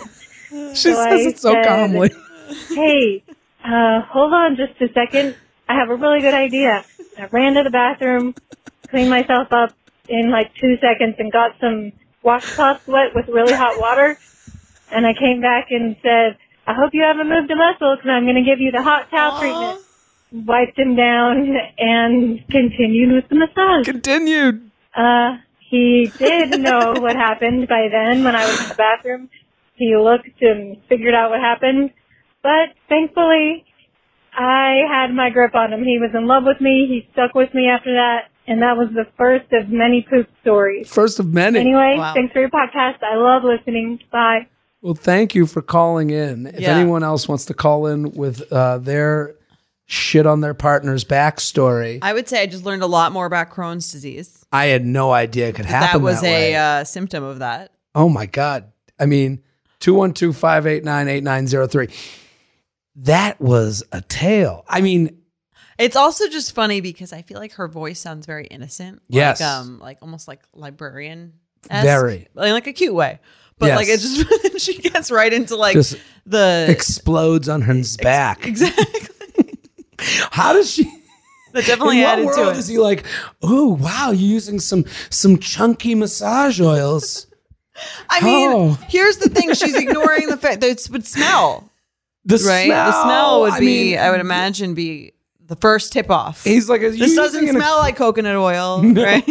C: She
G: So
C: says
G: I
C: it so
G: said-
C: calmly. <laughs>
G: Hey, uh, hold on just a second. I have a really good idea. I ran to the bathroom, cleaned myself up in like two seconds and got some washcloth wet with really hot water. And I came back and said, I hope you haven't moved a muscle because I'm going to give you the hot towel treatment. Wiped him down and continued with the massage.
C: Continued.
G: Uh, he did know what happened by then when I was in the bathroom. He looked and figured out what happened. But thankfully, I had my grip on him. He was in love with me. He stuck with me after that. And that was the first of many poop stories.
C: First of many.
G: Anyway,
F: Wow.
G: thanks for your podcast. I love listening. Bye.
C: Well, thank you for calling in. If
F: Yeah.
C: anyone else wants to call in with uh, their shit on their partner's backstory, I,
F: I would say I just learned a lot more about Crohn's disease.
C: had no idea it could happen.
F: that was
C: way.
F: a uh, symptom of that.
C: oh my god! I mean, two one two five eight nine eight nine zero three. That was a tale. I mean,
F: It's also just funny because I feel like her voice sounds very innocent.
C: Yes.
F: Like, um, like almost like librarian.
C: Very.
F: Like, like a cute way. But
C: Yes.
F: like it just <laughs> she gets right into like
C: Just
F: the
C: explodes on her back.
F: exactly.
C: <laughs> How does she?
F: That definitely
C: In what
F: added to
C: world
F: it.
C: is he like? Oh wow, you're using some some chunky massage oils.
F: I mean,
C: Oh.
F: here's the thing: she's ignoring the fact that it would smell,
C: The
F: right?
C: smell.
F: the smell would
C: I
F: be,
C: mean,
F: I would imagine, be the first tip off.
C: He's like,
F: this doesn't smell like coconut
C: <laughs>
F: oil, right?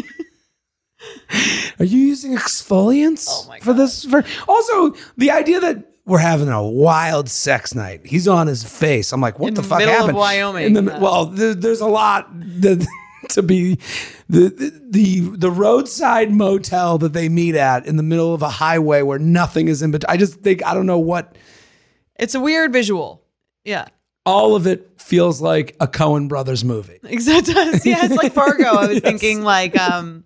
C: Are you using exfoliants
F: Oh
C: for this? For also the idea that we're having a wild sex night. He's on his face. I'm like, what
F: In
C: the
F: the
C: fuck
F: middle of
C: happened?
F: Wyoming.
C: In the- well, there, there's a lot that, <laughs> to be the, the the the roadside motel that they meet at in the middle of a highway where nothing is in between. I just think I don't know what
F: It's a weird visual. Yeah. <laughs>
C: all of it feels like a Cohen Brothers movie.
F: Except us. Yeah, it's like Fargo. I
C: <laughs>
F: was thinking like um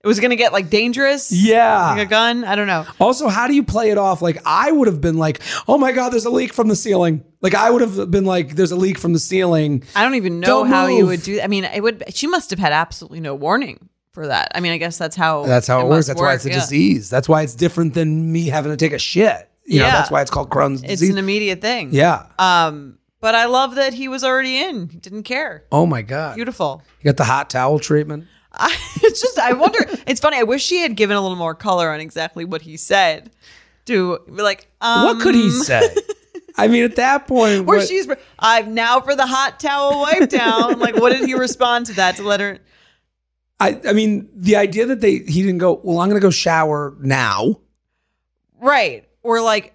F: it was gonna get like dangerous. Like a
C: Yeah.
F: gun. I don't know.
C: Also, how do you play it off? Like, I would have been like, oh my God, there's a leak from the ceiling. Like, I would have been like, there's a leak from the ceiling.
F: I don't even know
C: Don't
F: how you
C: move.
F: would do I mean, it would she must have had absolutely no warning for that. I mean, I guess that's how
C: That's how it, works.
F: must
C: That's
F: work,
C: why it's a
F: yeah.
C: disease. That's why it's different than me having to take a shit. You know,
F: Yeah.
C: that's why it's called Crohn's
F: It's
C: disease.
F: an immediate thing.
C: yeah.
F: Um but I love that he was already in. He didn't care.
C: Oh my God. You
F: Beautiful. <laughs>
C: got the hot towel treatment.
F: I, it's just I wonder. It's funny. I wish she had given a little more color on exactly what he said. To be like, um,
C: what could he
F: <laughs>
C: say? I mean, at that point,
F: Where
C: what-
F: she's, I'm now for the hot towel
C: <laughs>
F: wipe down. like, what did he respond to that? To let her,
C: I, I mean, the idea that they he didn't go. Well, I'm going to go shower now.
F: right? Or like,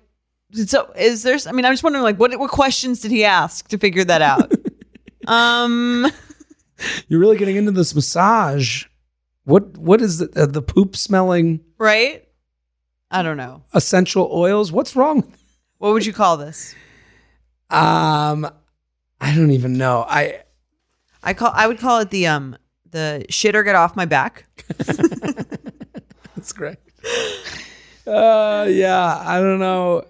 F: so is there? I mean, I'm just wondering, like, what what questions did he ask to figure
C: <laughs>
F: that out? um,
C: You're really getting into this massage. What what is the, uh, the poop smelling
F: right? I don't know.
C: essential oils? What's wrong?
F: What would you call this?
C: Um, I don't even know. I
F: I call. I would call it the um the shitter get off my back.
C: that's great. Uh, yeah, I don't know.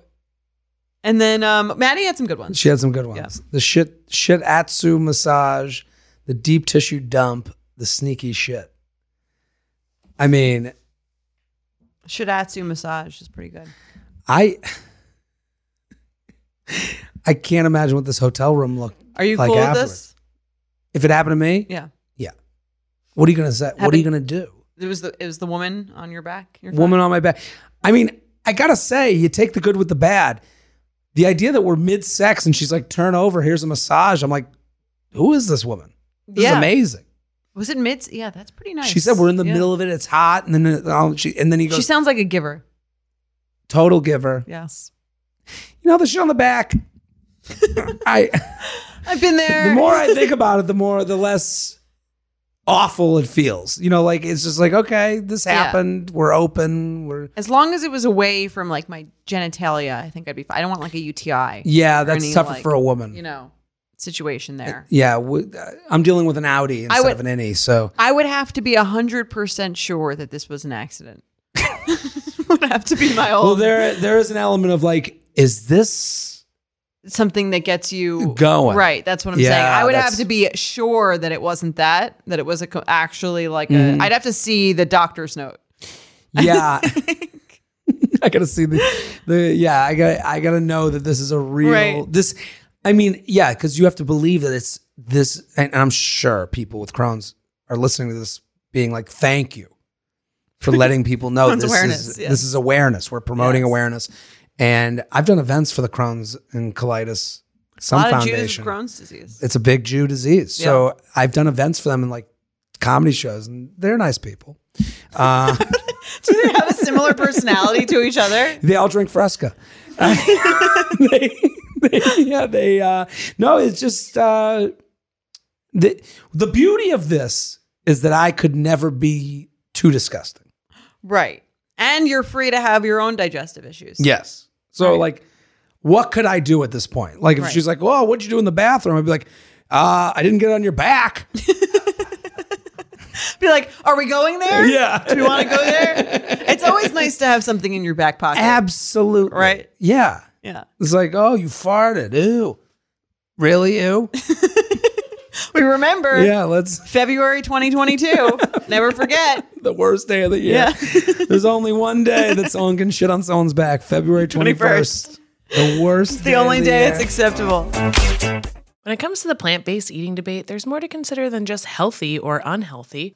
F: And then um, Maddie had some good ones.
C: She had some good ones. The shit shit atsu massage, the deep tissue dump, the sneaky shit. I mean,
F: Shidatsu massage is pretty good.
C: I I can't imagine what this hotel room looked
F: Are you
C: like
F: cool with
C: afterwards.
F: this?
C: If it happened to me,
F: Yeah.
C: what are you gonna say? What are
F: Happy-
C: you gonna do?
F: It was the it was the woman on your back. Your
C: Woman on my back. I mean, I gotta say, you take the good with the bad. The idea that we're mid sex and she's like, turn over, here's a massage. I'm like, who is this woman? This is
F: Yeah.
C: amazing.
F: Was it mid? Yeah, that's pretty nice.
C: She said we're in the
F: Yeah.
C: middle of it, it's hot, and then it- oh, she and then he goes,
F: She sounds like a giver.
C: total giver.
F: Yes.
C: You know the shit on the
F: <laughs>
C: back. I
F: I've been there.
C: the more
F: <laughs>
C: I think about it, the more the less awful it feels. You know, like it's just like, okay, this
F: Yeah.
C: happened. We're open. We're
F: as long as it was away from like my genitalia, I think I'd be fine. I don't want like a UTI.
C: yeah,
F: or
C: that's
F: any,
C: tougher
F: like,
C: for a woman.
F: You know, situation there.
C: yeah, we, I'm dealing with an Audi instead
F: would-
C: of an innie. So
F: I would have to be hundred percent sure that this was an accident. <laughs> would have to be my old
C: well, there there is an element of like, is
F: <laughs>
C: this?
F: something that gets you
C: Going.
F: Right. That's what I'm saying.
C: Yeah,
F: I would
C: that's-
F: have to be sure that it wasn't that, that it was a co- actually like a,
C: Mhm.
F: I'd have to see the doctor's note.
C: Yeah. <laughs> I gotta see the, the yeah. I got to I gotta know that this is a real
F: Right.
C: this. I mean, yeah, because you have to believe that it's this, and I'm sure people with Crohn's are listening to this, being like, "Thank you
F: <laughs>
C: for letting people know
F: Crohn's
C: this
F: awareness,
C: is
F: yeah.
C: this is awareness. We're promoting
F: Yes.
C: awareness." And I've done events for the Crohn's and colitis.
F: A
C: Some
F: lot of Jews
C: foundation
F: with Crohn's disease.
C: it's a big Jew disease. So I've done events for them and like comedy shows, and they're nice people. Uh,
F: Do they <laughs> have a similar personality to each other?
C: they all drink Fresca. <laughs> they, they- yeah, they. Uh, no, it's just uh, the the beauty of this is that I could never be too disgusting.
F: Right. And you're free to have your own digestive issues.
C: Yes. So like, what could I do at this point? Like, if
F: Right.
C: she's like, "Oh, what'd you do in the bathroom?" I'd be like, uh, "I didn't get it on your
F: <laughs>
C: back." <laughs>
F: Be like, are we going there?
C: yeah.
F: Do we want to go there? It's always nice to have something in your back pocket.
C: Absolutely.
F: Right.
C: Yeah.
F: yeah.
C: It's like, oh, you farted. Ew. Really? Ew.
F: We remember
C: yeah, let's
F: <laughs> February <laughs> 2022. Never forget.
C: the worst day of the year. <laughs> There's only one day that someone can shit on someone's
B: <laughs>
C: back, February 21st.
F: 21st.
C: The worst.
F: The only day it's
C: it's
F: acceptable.
H: When it comes to the plant based eating debate, there's more to consider than just healthy or unhealthy.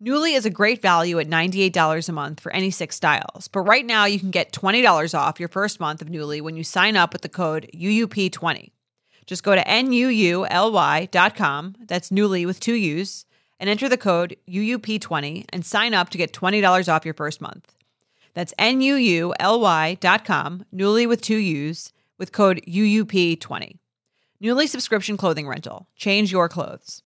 E: Newly is a great value at $98 a month for any six styles, but right now you can get $20 off your first month of Newly when you sign up with the code UUP20. Just go to NUULY.com, that's Newly with two U's, and enter the code UUP20 and sign up to get $20 off your first month. That's NUULY.com, Newly with two U's, with code UUP20. Newly subscription clothing rental. Change your clothes.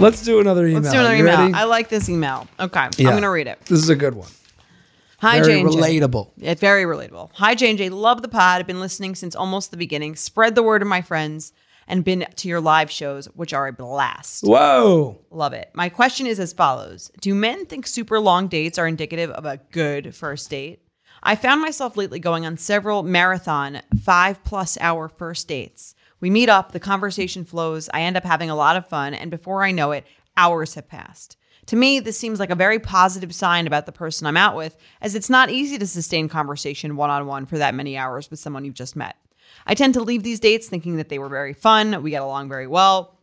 C: Let's do another email.
B: Let's do another
C: You
B: email.
C: ready?
B: I like this email. Okay.
C: Yeah.
B: I'm going to read it.
C: This is a good one.
B: Hi,
C: Very
B: Jane.
C: relatable.
B: It's very relatable. Hi, J and J. Love the pod. I've been listening since almost the beginning. Spread the word to my friends and been to your live shows, which are a blast.
C: Whoa.
B: Love it. My question is as follows Do men think super long dates are indicative of a good first date? I found myself lately going on several marathon, five plus hour first dates. We meet up, the conversation flows, I end up having a lot of fun, and before I know it, hours have passed. To me, this seems like a very positive sign about the person I'm out with, as it's not easy to sustain conversation one on one for that many hours with someone you've just met. I tend to leave these dates thinking that they were very fun, we got along very well,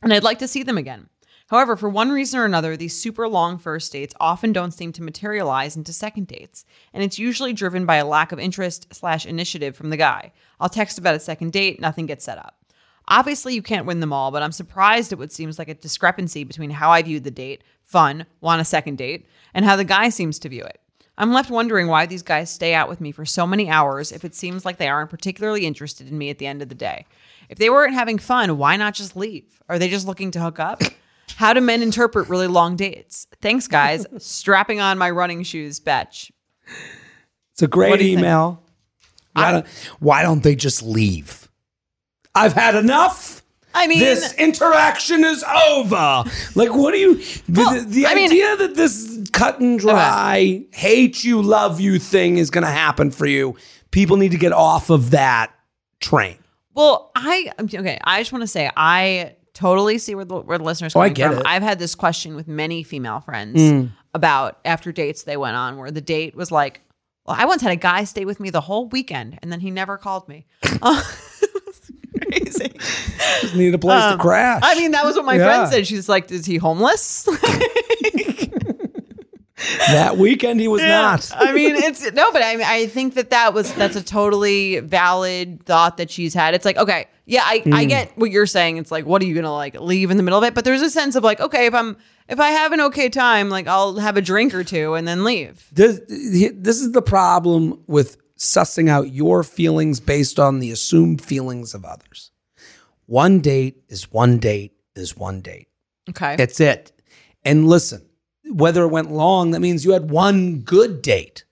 B: and I'd like to see them again. However, for one reason or another, these super long first dates often don't seem to materialize into second dates, and it's usually driven by a lack of interest slash initiative from the guy. I'll text about a second date, nothing gets set up. Obviously, you can't win them all, but I'm surprised at what seems like a discrepancy between how I viewed the date, fun, want a second date, and how the guy seems to view it. I'm left wondering why these guys stay out with me for so many hours if it seems like they aren't particularly interested in me at the end of the day. If they weren't having fun, why not just leave? Are they just looking to hook up? <coughs> How do men interpret really long dates? Thanks, guys. Strapping on my running shoes, Betch.
C: It's a great
B: do you think?
C: email. Why don't, why don't they just leave? I've had enough.
B: I mean,
C: this interaction is over. Like, what do you? The, the- the
B: I mean-
C: idea that this cut and dry, hate you, love you thing is going to happen for you. People need to get off of that train.
B: Well, I okay. I just want to say I totally see where the, where the listeners.
C: Oh, I
B: Coming
C: get
B: from.
C: it. Hmm.
B: I've had this question with many female friends about after dates they went on, where the date was like, "Well, I once had a guy stay with me the whole weekend, and then he never called me." <laughs> Crazy.
C: Just need a place to crash.
B: Um, I mean, that was what my
C: Yeah.
B: friend said. She's like, "Is he homeless?" <laughs>
C: <laughs> that weekend he was not.
B: I mean, it's no, but I I think that that was that's a totally valid thought that she's had. It's like okay, yeah, I I
C: Hmm.
B: get what you're saying. It's like, what are you gonna like leave in the middle of it? But there's a sense of like, okay, if I'm if I have an okay time, like I'll have a drink or two and then leave.
C: this this is the problem with sussing out your feelings based on the assumed feelings of others. One date is one date is one date.
B: Okay,
C: That's it. And listen, whether it went long, that means you had one good date.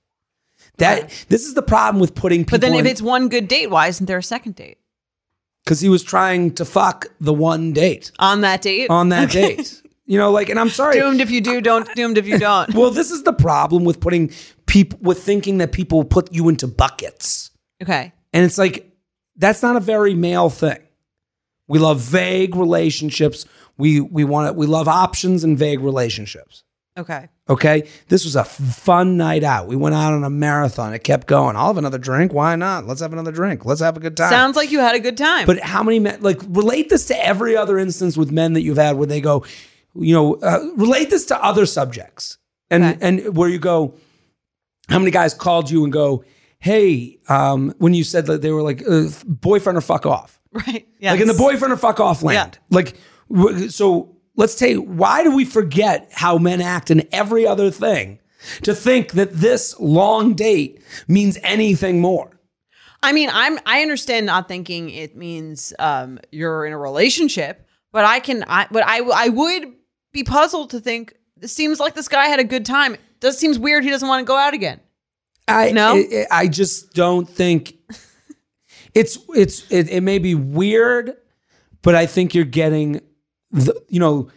C: That this is the problem with putting people.
B: but then if it's one good date, why isn't there a second date
C: because he was trying to fuck the one date
B: on that date?
C: on that date, you know, like, and I'm sorry,
B: doomed if you do, don't doomed if you don't.
C: <laughs> Well, this is the problem with putting people with thinking that people put you into buckets.
B: okay,
C: And it's like, that's not a very male thing. We love vague relationships. We we want to, we love options and vague relationships.
B: okay,
C: Okay. This was a f- fun night out. We went out on a marathon. It kept going. I'll have another drink. Why not? Let's have another drink. Let's have a good time.
B: sounds like you had a good time.
C: But how many men, like, relate this to every other instance with men that you've had where they go, you know, uh, relate this to other subjects and,
B: Okay.
C: and where you go, How many guys called you and go, "Hey," um, when you said that they were like uh, boyfriend or fuck off,
B: <laughs> Right. Yes.
C: like in the boyfriend or fuck off land. Like, w- so let's take. Why do we forget how men act in every other thing to think that this long date means anything more?
B: I mean, I'm I understand not thinking it means um, you're in a relationship, but I can I but I I would be puzzled to think it seems like this guy had a good time. Does seems weird he doesn't want to go out again.
C: I
B: No?
C: I, I just don't think <laughs> it's it's it, it may be weird, but I think you're getting the you know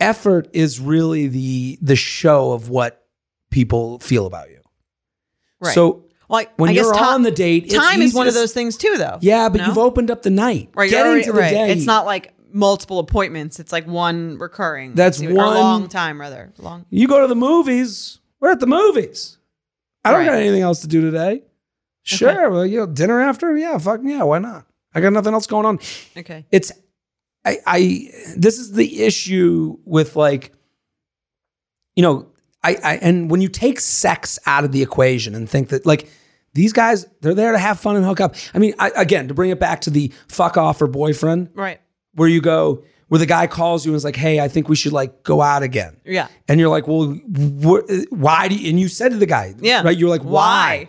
C: effort is really the the show of what people feel about you.
B: Right.
C: So
B: like
C: when
B: I guess
C: you're
B: ti-
C: on the date, it's
B: time is one of
C: easiest-
B: those things too, though.
C: Yeah, but
B: No?
C: you've opened up the night.
B: right. you're
C: Getting
B: already-
C: to the
B: right.
C: day.
B: It's not like multiple appointments. It's like one recurring.
C: That's
B: or
C: one-
B: long time rather long.
C: you go to the movies. We're at the movies. I don't
B: Right.
C: got anything else to do today. Sure. Well, you know, dinner after? Yeah, fuck yeah. Why not? I got nothing else going on.
B: Okay.
C: it's I, I this is the issue with like you know I, I and when you take sex out of the equation and think that like these guys they're there to have fun and hook up i mean I, again to bring it back to the fuck off or boyfriend
B: Right.
C: where you go where the guy calls you and is like hey i think we should like go out again
B: Yeah.
C: and you're like, well, wh- why do you, and you said to the guy,
B: Yeah.
C: right? You're like, why?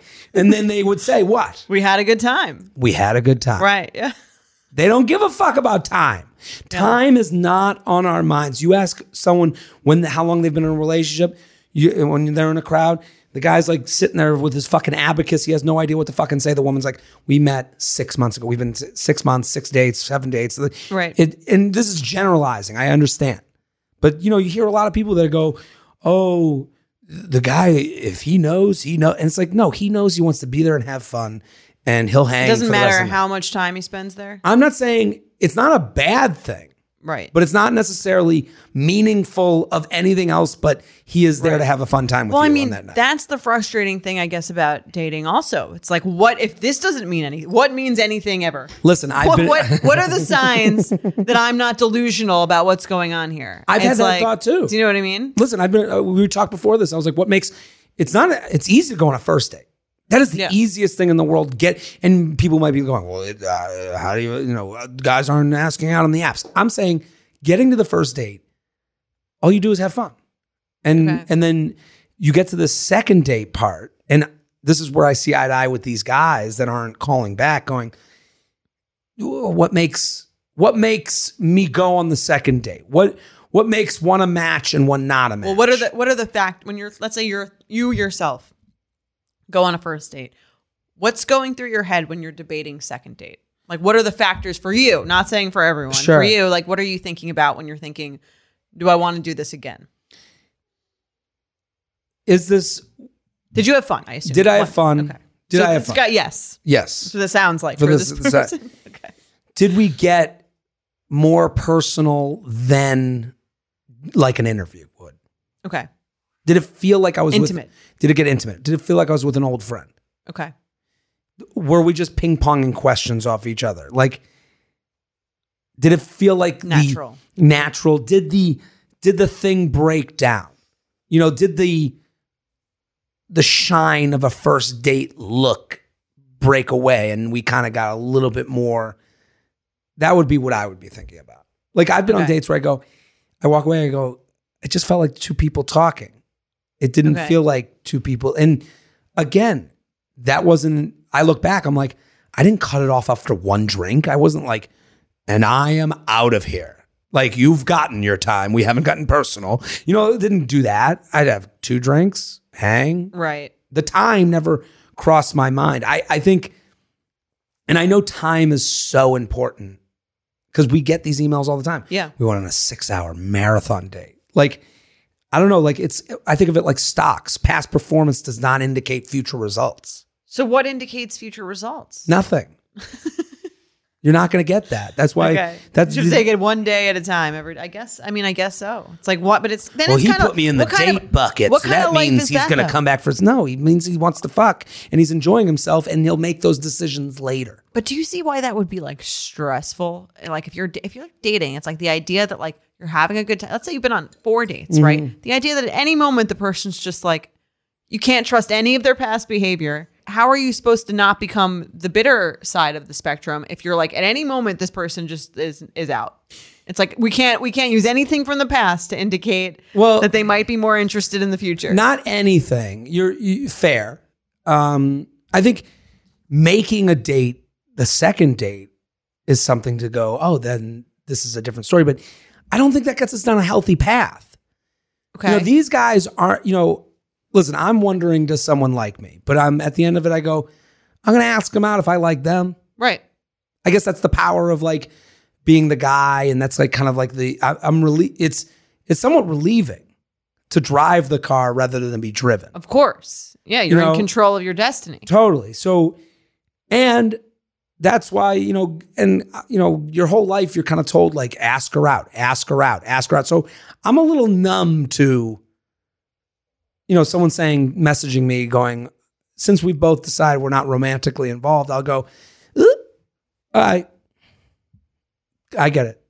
B: Why?
C: and then they would say, what?
B: We had a good time.
C: We had a good time.
B: Right. Yeah.
C: They don't give a fuck about time. Time is not on our minds. You ask someone when how long they've been in a relationship, you, when they're in a crowd, the guy's like sitting there with his fucking abacus. He has no idea what to fucking say. The woman's like, "We met six months ago. We've been s- six months, six dates, seven dates."
B: Right.
C: It, and this is generalizing. I understand, but you know, you hear a lot of people that go, "Oh." The guy, if he knows, he knows. And it's like, no, he knows he wants to be there and have fun, and he'll hang.
B: It doesn't
C: for the rest
B: matter
C: of the
B: how much time he spends there.
C: I'm not saying it's not a bad thing,
B: Right.
C: but it's not necessarily meaningful of anything else. But he is there to have a fun time with
B: Well,
C: you
B: I mean,
C: on that night.
B: that's the frustrating thing, I guess, about dating. Also, it's like, what if this doesn't mean anything? What means anything ever?
C: Listen, I've
B: what,
C: been. <laughs>
B: what what are the signs that I'm not delusional about what's going on here?
C: I've had that thought, too.
B: Do you know what I mean?
C: listen, I've been. Uh, we talked before this. I was like, what makes? It's not. A, it's easy to go on a first date. That is the
B: Yeah.
C: easiest thing in the world. Get and people might be going, well, it, uh, how do you? You know, uh, guys aren't asking out on the apps. I'm saying, getting to the first date, all you do is have fun, and
B: Okay.
C: and then you get to the second date part, and this is where I see eye to eye with these guys that aren't calling back, going, what makes what makes me go on the second date? What what makes one a match and one not a match?
B: Well, what are the what are the fact when you're let's say you're you yourself go on a first date? What's going through your head when you're debating second date? Like, what are the factors for you? Not saying for everyone.
C: Sure.
B: For you, like, what are you thinking about when you're thinking, do I want to do this again?
C: is this?
B: Did you have fun? I assume.
C: Did I have fun? Did
B: So
C: I have
B: this
C: fun?
B: guy- yes.
C: yes.
B: So that sounds like
C: For
B: for,
C: this-
B: this,
C: this-
B: person. <laughs> okay.
C: Did we get more personal than like an interview would?
B: Okay.
C: Did it feel like I was with-
B: Intimate.
C: did it get intimate? Did it feel like I was with an old friend?
B: Okay.
C: Were we just ping ponging questions off each other? Like, did it feel like the-
B: Natural.
C: natural? Did the did the thing break down? You know, did the the shine of a first date look break away and we kind of got a little bit more that would be what I would be thinking about. Like I've been on
B: Okay.
C: dates where I go, I walk away and I go, it just felt like two people talking. It didn't
B: Okay.
C: feel like two people. And again, that wasn't I look back, I'm like, I didn't cut it off after one drink. I wasn't like, and I am out of here. Like you've gotten your time. We haven't gotten personal. You know, it didn't do that. I'd have two drinks, hang.
B: Right.
C: The time never crossed my mind. I, I think, and I know time is so important because we get these emails all the time.
B: Yeah.
C: We went on a six hour marathon date. Like, I don't know. Like, it's, I think of it like stocks. Past performance does not indicate future results.
B: So what indicates future results? <laughs>
C: Nothing. You're not going to get that. That's why
B: Okay.
C: that's
B: you should take it one day at a time. Every I guess. I mean, I guess so. It's like what, but it's then
C: Well,
B: it's
C: he
B: kinda-
C: put me in the
B: what kind
C: date
B: of-
C: bucket.
B: what
C: so
B: kind
C: that
B: of life
C: means
B: is
C: he's
B: that,
C: going to
B: though?
C: come back for his. No, he means he wants to fuck and he's enjoying himself and he'll make those decisions later.
B: But do you see why that would be like stressful? Like if you're if you're dating, it's like the idea that like you're having a good time. Let's say you've been on four dates, right? The idea that at any moment the person's just like, You can't trust any of their past behavior. How are you supposed to not become the bitter side of the spectrum if you're like at any moment this person just is is out? It's like we can't we can't use anything from the past to indicate
C: Well-
B: that they might be more interested in the future.
C: Not anything. You're you, fair. Um, I think making a date, the second date, is something to go. Oh, then this is a different story. But I don't think that gets us down a healthy path.
B: okay.
C: You know, these guys aren't. You know, listen. I'm wondering, does someone like me? But I'm at the end of it. I go, I'm going to ask them out if I like them.
B: right.
C: I guess that's the power of like being the guy, and that's like kind of like the I, I'm really it's it's somewhat relieving to drive the car rather than be driven.
B: Of course. Yeah, you're
C: know-
B: in control of your destiny.
C: Totally. So, and that's why you know, and uh, you know, your whole life you're kind of told like, ask her out, ask her out, ask her out. So I'm a little numb to, you know, someone saying messaging me going, since we both decide we're not romantically involved, I'll go, "Oop, I, I get it.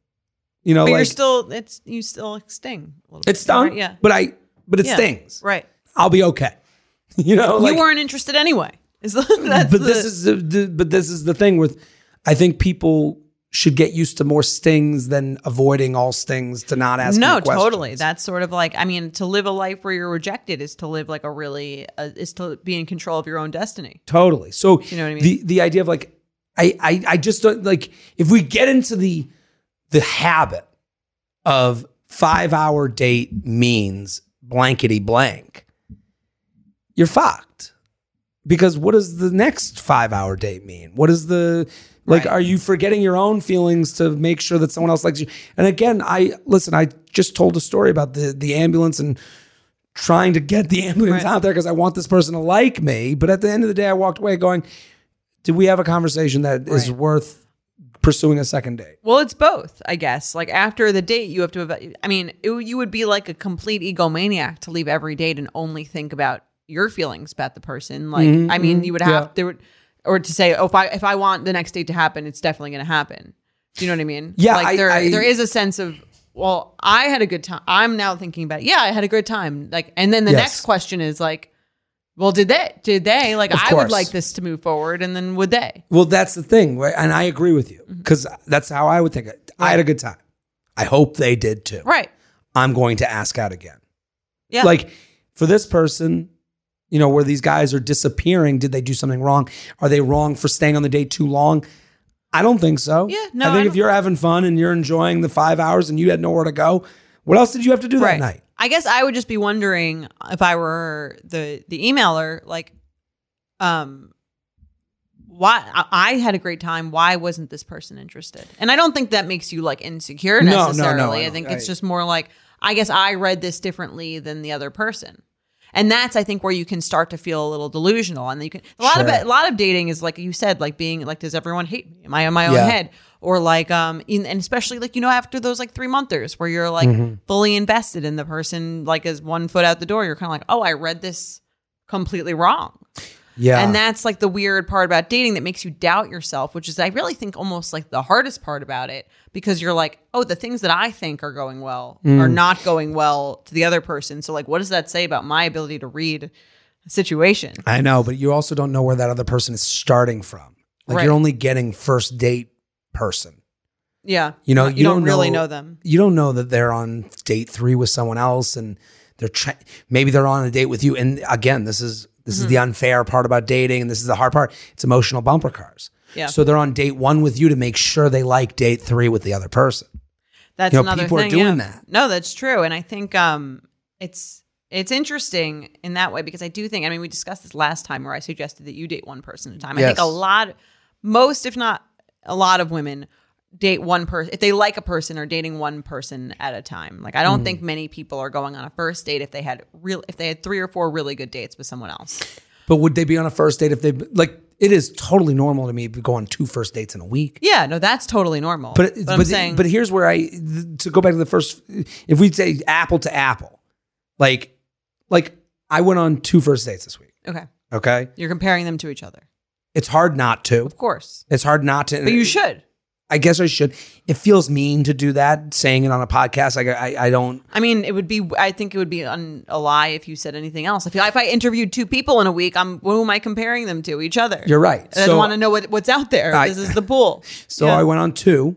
C: You know,
B: But you're
C: like
B: still it's you still sting a little bit.
C: it's done,
B: Right? Yeah.
C: but I, but it
B: Yeah.
C: stings.
B: Right.
C: I'll be okay. <laughs> You know, like,
B: you weren't interested anyway. <laughs> Is the, that's
C: but
B: the-
C: this is the, the but this is the thing with I think people should get used to more stings than avoiding all stings to not ask
B: no
C: me questions.
B: totally that's sort of like i mean to live a life where you're rejected is to live like a really uh, is to be in control of your own destiny
C: totally so
B: You know what I mean?
C: the the idea of like I, I I just don't like if we get into the the habit of 5 hour date means blankety blank you're fucked because what does the next 5 hour date mean what is the like
B: Right.
C: are you forgetting your own feelings to make sure that someone else likes you and again I listen I just told a story about the the ambulance and trying to get the <laughs> ambulance
B: Right.
C: out there because I want this person to like me. But at the end of the day, I walked away going, "Did we have a conversation that is
B: Right.
C: worth pursuing a second date?"
B: well it's both i guess like after the date you have to eva- i mean it, you would be like a complete egomaniac to leave every date and only think about your feelings about the person like
C: Mm-hmm,
B: i mean you would have there would or to say oh if i if i want the next date to happen it's definitely going to happen do you know what i mean
C: Yeah,
B: like
C: I-
B: there
C: I-
B: there is a sense of well i had a good time i'm now thinking about yeah i had a good time like and then the
C: Yes.
B: next question is like well did they did they like
C: Of
B: i
C: course.
B: would like this to move forward and then would they
C: Well, that's the thing, right? and I agree with you
B: Mm-hmm.
C: because that's how I would think. It. I had a good time. I hope they did too.
B: right
C: I'm going to ask out again.
B: yeah
C: Like for this person, you know, where these guys are disappearing, did they do something wrong? Are they wrong for staying on the date too long? I don't think so.
B: Yeah, no,
C: I
B: I
C: think if
B: don't-
C: you're having fun and you're enjoying the five hours and you had nowhere to go, what else did you have to do that night?
B: I guess I would just be wondering if I were the the emailer, like, um, why I, I had a great time. Why wasn't this person interested? And I don't think that makes you like insecure
C: No, no, no,
B: necessarily.
C: I
B: I,
C: don't.
B: think
C: I-
B: it's just more like I guess I read this differently than the other person. And that's I think where you can start to feel a little delusional, and you can a lot of
C: Sure.
B: it, a lot of dating is like you said, like being like, does everyone hate me? Am I in my own
C: Yeah.
B: head? or like um in, and especially like you know after those like three monthers where you're like
C: Mm-hmm.
B: fully invested in the person like is one foot out the door you're kind of like oh i read this completely wrong
C: Yeah.
B: and that's like the weird part about dating that makes you doubt yourself which is i really think almost like the hardest part about it because you're like oh the things that i think are going well are
C: Mm.
B: not going well to the other person so like what does that say about my ability to read a situation
C: I know, but you also don't know where that other person is starting from. Like
B: Right.
C: you're only getting first date person.
B: yeah
C: You know, you,
B: you don't, really
C: know
B: know them
C: you don't know that they're on date three with someone else and they're try- maybe they're on a date with you and again this is this is the
B: Mm-hmm.
C: unfair part about dating and this is the hard part it's emotional bumper cars
B: Yeah.
C: so they're on date one with you to make sure they like date three with the other person
B: That's
C: You know,
B: another
C: people are
B: thing.
C: doing
B: yeah.
C: that.
B: No, that's true, and I think um, it's it's interesting in that way because I do think. I mean, we discussed this last time where I suggested that you date one person at a time. I
C: Yes.
B: think a lot, most if not a lot of women date one person if they like a person or dating one person at a time. Like I don't
C: Mm.
B: think many people are going on a first date if they had real if they had three or four really good dates with someone else.
C: but would they be on a first date if they like it is totally normal to me to go on two first dates in a week
B: Yeah, no, that's totally normal.
C: But
B: but,
C: but,
B: I'm saying,
C: but here's where I th- to go back to the first. If we say apple to apple, like like I went on two first dates this week.
B: okay,
C: Okay,
B: you're comparing them to each other,
C: it's hard not to.
B: of course,
C: It's hard not to.
B: but you should.
C: I guess I should. It feels mean to do that, saying it on a podcast. Like I, I, I don't.
B: I mean, it would be. I think it would be un, a lie if you said anything else. If, if I interviewed two people in a week, I'm who am I comparing them to? Each other.
C: You're right.
B: And I
C: So-
B: want to know what, what's out there.
C: I-
B: this is the pool.
C: <laughs> So I went on two.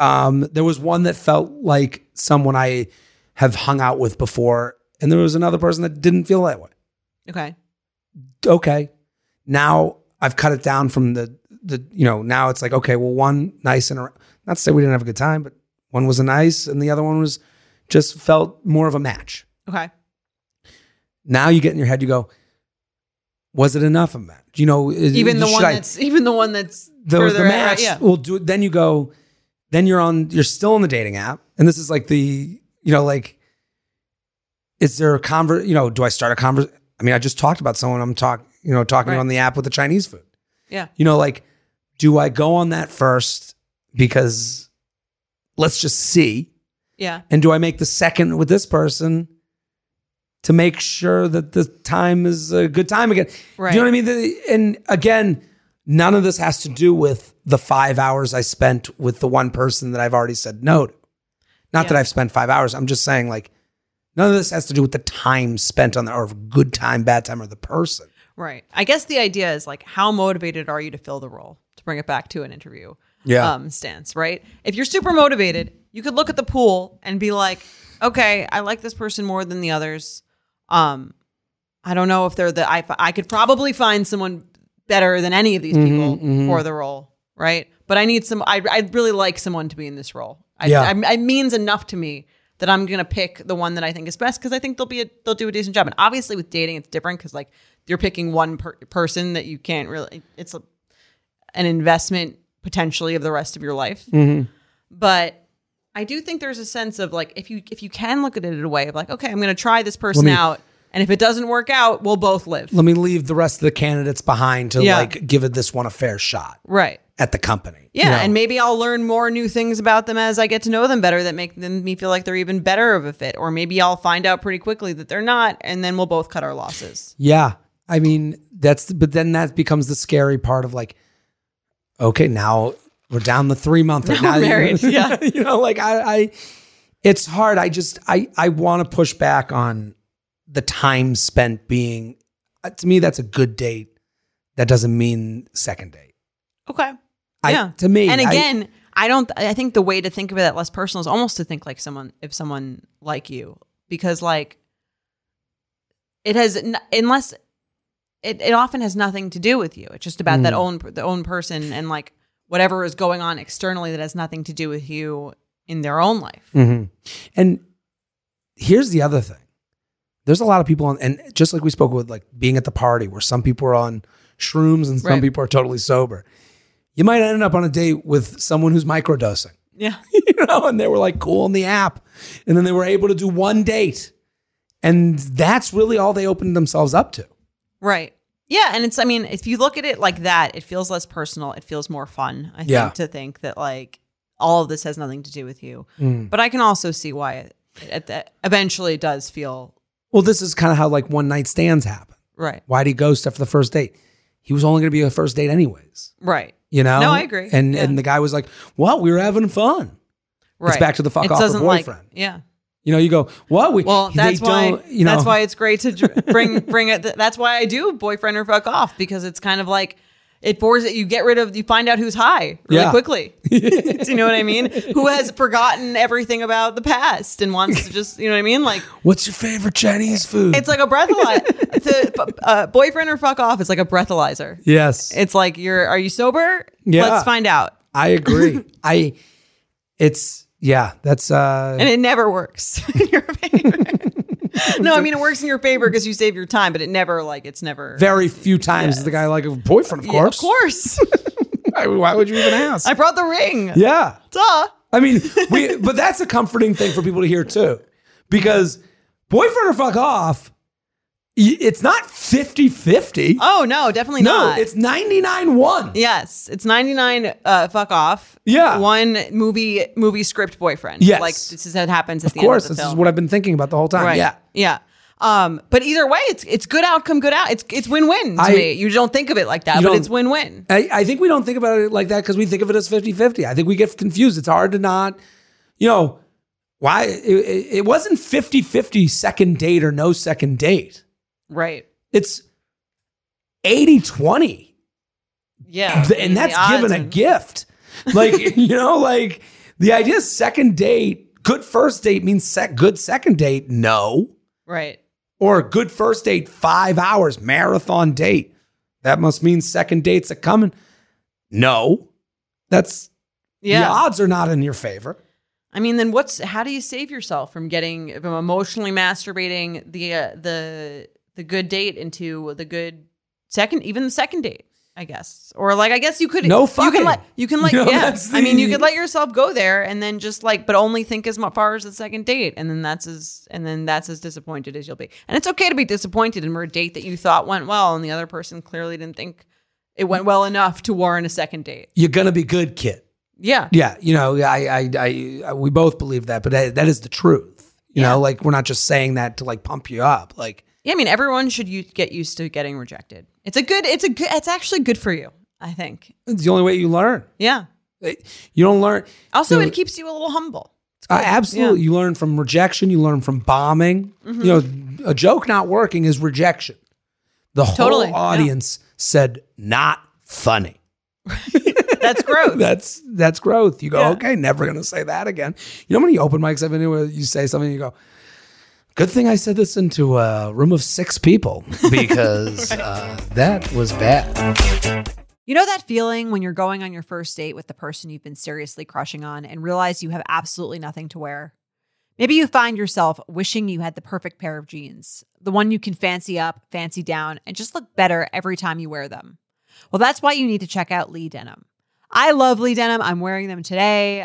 C: Um, there was one that felt like someone I have hung out with before, and there was another person that didn't feel that way.
B: Okay.
C: okay now i've cut it down from the the you know now it's like okay well one nice and not to say we didn't have a good time but one was a nice and the other one was just felt more of a match
B: Okay.
C: now you get in your head you go was it enough of a match you know is-
B: Even the
C: should
B: one
C: I-
B: that's even the one that's
C: there was the
B: further out,
C: match
B: Yeah.
C: well do it then you go then you're on you're still on the dating app and this is like the you know like is there a conver you know do i start a conver i mean i just talked about someone i'm talk you know talking
B: Right.
C: on the app with the chinese food
B: Yeah.
C: you know like do i go on that first because let's just see
B: Yeah.
C: and do i make the second with this person to make sure that the time is a good time again
B: Right.
C: do you know what I mean? The- and again, none of this has to do with the five hours I spent with the one person that I've already said no to. Not that
B: Yeah.
C: I've spent five hours. I'm just saying, like, none of this has to do with the time spent on the or good time, bad time, or the person.
B: Right. I guess the idea is like, how motivated are you to fill the role? To bring it back to an interview
C: Yeah.
B: um, stance, right? If you're super motivated, you could look at the pool and be like, okay, I like this person more than the others. Um, I don't know if they're the, I, I could probably find someone better than any of these people for the role, right? But I need some, I, I'd really like someone to be in this role. I,
C: Yeah.
B: I, it means enough to me that I'm gonna pick the one that I think is best because I think they'll be a, they'll do a decent job. And obviously with dating, it's different because like you're picking one per- person that you can't really. It's a, an investment potentially of the rest of your life. But I do think there's a sense of like if you if you can look at it in a way of like okay, I'm gonna try this person
C: me-
B: out, and if it doesn't work out, we'll both live.
C: Let me leave the rest of the candidates behind to
B: Yeah.
C: like give it this one a fair shot
B: right.
C: at the company.
B: Yeah, and maybe I'll learn more new things about them as I get to know them better that make them me feel like they're even better of a fit. Or maybe I'll find out pretty quickly that they're not, and then we'll both cut our losses.
C: Yeah. I mean, that's, but then that becomes the scary part of like, okay, now we're down the three month.
B: we're
C: Now, you- <laughs>
B: married. Yeah.
C: you know, like I, I, it's hard. I just, I, I want to push back on the time spent being, uh, to me, that's a good date. That doesn't mean second date.
B: Okay.
C: I,
B: yeah.
C: To me.
B: and
C: I-
B: again, I, don't. I think the way to think of it that less personal is almost to think like someone, if someone like you, because like it has n- unless it, it often has nothing to do with you. It's just about that
C: Mm.
B: own the own person and like whatever is going on externally that has nothing to do with you in their own life.
C: Mhm. And here's the other thing. There's a lot of people on, and just like we spoke with, like being at the party where some people are on shrooms and some
B: Right.
C: people are totally sober. You might end up on a date with someone who's microdosing, <laughs>
B: Yeah.
C: you know, and they were like cool on the app. And then they were able to do one date. And that's really all they opened themselves up to.
B: Right. Yeah, and it's I mean, if you look at it like that, it feels less personal. It feels more fun, I
C: Yeah.
B: think, to think that like all of this has nothing to do with you. But I can also see why it, it, it eventually does feel
C: Well, this is kind of how like one night stands happen.
B: right.
C: Why'd he ghost after the first date? He was only going to be a first date, anyways.
B: Right.
C: You know?
B: No, I agree.
C: And
B: Yeah.
C: and the guy was like, "What? We were having fun."
B: Right.
C: back to the fuck
B: It
C: off her
B: doesn't, like-
C: boyfriend.
B: yeah.
C: You know, you go, "What? We
B: Well,
C: they
B: that's why
C: don't," you know,
B: that's why it's great to
C: <laughs>
B: dr- bring bring it. That's why I do boyfriend or fuck off because it's kind of like it bores it. You get rid of you find out who's high really
C: Yeah. <laughs>
B: quickly. <laughs> do you know what I mean? Who has forgotten everything about the past and wants to just you know what I mean? Like
C: What's your favorite Chinese food?
B: it's like a
C: <laughs>
B: breathalyzer. the uh, boyfriend or fuck off is like a breathalyzer.
C: yes,
B: It's like you're are you sober?
C: Yeah.
B: Let's find out.
C: I
B: <laughs>
C: agree. I, it's yeah, that's uh,
B: And it never works <laughs> in your
C: <laughs>
B: favor. no, I mean it works in your favor because you save your time, but it never like it's never
C: very few times is the guy like a boyfriend, of
B: Yeah,
C: course.
B: of course.
C: <laughs>
B: <laughs>
C: Why, why would you even ask?
B: I brought the ring.
C: yeah,
B: Duh.
C: I mean, we, but that's a comforting thing for people to hear too, because boyfriend or fuck off, y- it's not 50 50.
B: Oh no, definitely
C: no,
B: not.
C: it's 99 1.
B: yes, it's 99 uh fuck off.
C: Yeah.
B: One movie movie script boyfriend.
C: Yes.
B: Like this is how it happens at
C: Of
B: the
C: course,
B: end of
C: this
B: the
C: is
B: film.
C: what I've been thinking about the whole time.
B: right.
C: Yeah.
B: Yeah. Um, but either way, it's it's good outcome, good out. It's it's win win to
C: I-
B: me. You don't think of it like that,
C: You
B: but
C: don't-
B: it's win win.
C: I, I think we don't think about it like that because we think of it as 50 50. I think we get confused. It's hard to not, you know, why it, it it wasn't 50 50 second date or no second date.
B: Right.
C: It's 80 20.
B: Yeah.
C: And that's given a gift. Like, <laughs> you know, like the idea is second date, good first date means sec, good second date, no.
B: Right.
C: Or a good first date, five hours, marathon date. That must mean second dates are coming. No. That's the
B: Yeah.
C: odds are not in your favor.
B: I mean, then what's how do you save yourself from getting from emotionally masturbating the uh, the the good date into the good second, even the second date, I guess, or like I guess you could
C: No
B: you
C: fucking.
B: can let you
C: <laughs>
B: can let
C: You know,
B: yeah.
C: that's
B: I mean, you
C: the-
B: could let yourself go there and then just like, but only think as mu- far as the second date, and then that's as and then that's as disappointed as you'll be, and it's okay to be disappointed in a date that you thought went well, and the other person clearly didn't think it went well enough to warrant a second date.
C: You're gonna be good, kid.
B: Yeah,
C: Yeah, you know, I, I, I, I we both believe that, but that, that is the truth. You know, like we're not just saying that to like pump you up. Like,
B: Yeah, I mean, everyone should u- get used to getting rejected. It's a good. It's a good. It's actually good for you. I think.
C: it's the only way you learn.
B: Yeah.
C: You don't learn.
B: Also,
C: Yeah.
B: it keeps you a little humble.
C: Uh, absolutely, you learn from rejection. You learn from bombing.
B: Mm-hmm.
C: You know, a joke not working is rejection. The whole
B: Totally, yeah.
C: audience said not funny.
B: <laughs> That's growth.
C: That's that's growth. You go,
B: Yeah.
C: okay, never gonna say that again. You know how many open mics I've been in where you say something, and you go, good thing I said this into a room of six people
B: <laughs>
C: because uh, that was bad.
E: You know that feeling when you're going on your first date with the person you've been seriously crushing on and realize you have absolutely nothing to wear? Maybe you find yourself wishing you had the perfect pair of jeans, the one you can fancy up, fancy down, and just look better every time you wear them. Well, that's why you need to check out Lee Denim. I love Lee Denim. I'm wearing them today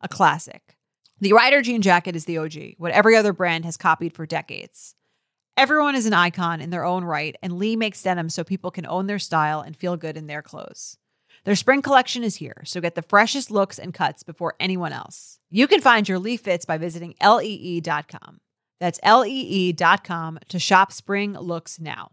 E: a classic. The Rider jean jacket is the OG, what every other brand has copied for decades. Everyone is an icon in their own right, and Lee makes denim so people can own their style and feel good in their clothes. Their spring collection is here, so get the freshest looks and cuts before anyone else. You can find your Lee fits by visiting E lee.com. That's E lee.com to shop spring looks now.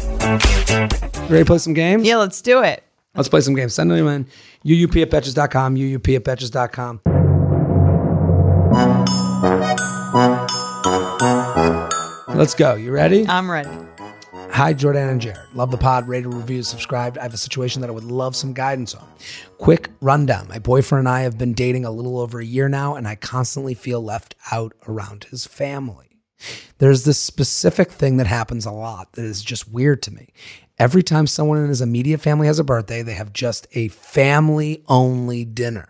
C: You ready to play some games?
B: Yeah, let's do it.
C: Let's play some games. Send them in. UUP at betches.com, UUP at betches.com. Let's go. You ready?
B: I'm ready.
C: Hi, Jordan and Jared. Love the pod, rated, reviewed, subscribed. I have a situation that I would love some guidance on. Quick rundown My boyfriend and I have been dating a little over a year now, and I constantly feel left out around his family. There's this specific thing that happens a lot that is just weird to me. Every time someone in his immediate family has a birthday, they have just a family only dinner.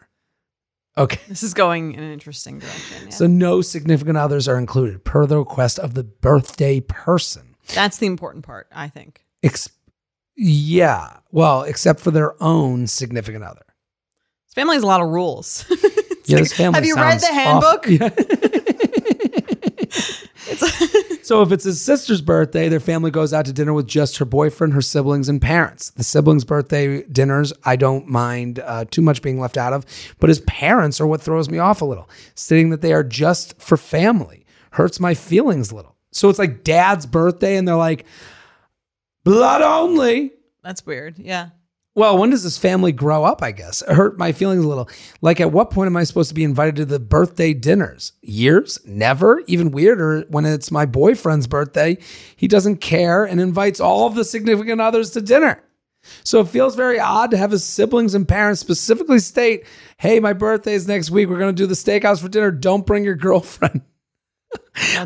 C: Okay.
B: This is going in an interesting direction. yeah.
C: So no significant others are included per the request of the birthday person.
B: That's the important part, I think.
C: Ex- yeah. Well, except for their own significant other.
B: This family has a lot of rules. <laughs> It's
C: <laughs> Yeah,
B: like,
C: this family
B: Have you read
C: sounds
B: the
C: off-
B: handbook?
C: <laughs> Yeah. <laughs> so if it's his sister's birthday, their family goes out to dinner with just her boyfriend, her siblings, and parents. The siblings' birthday dinners, I don't mind uh, too much being left out of, but his parents are what throws me off a little, stating that they are just for family. Hurts my feelings a little. So it's like dad's birthday, and they're like, blood only.
B: That's weird. Yeah.
C: well, when does this family grow up? I guess it hurt my feelings a little. Like, at what point am I supposed to be invited to the birthday dinners? Years? Never? Even weirder when it's my boyfriend's birthday. He doesn't care and invites all of the significant others to dinner. So it feels very odd to have his siblings and parents specifically state, hey, my birthday is next week. We're going to do the steakhouse for dinner. Don't bring your <laughs> girlfriend.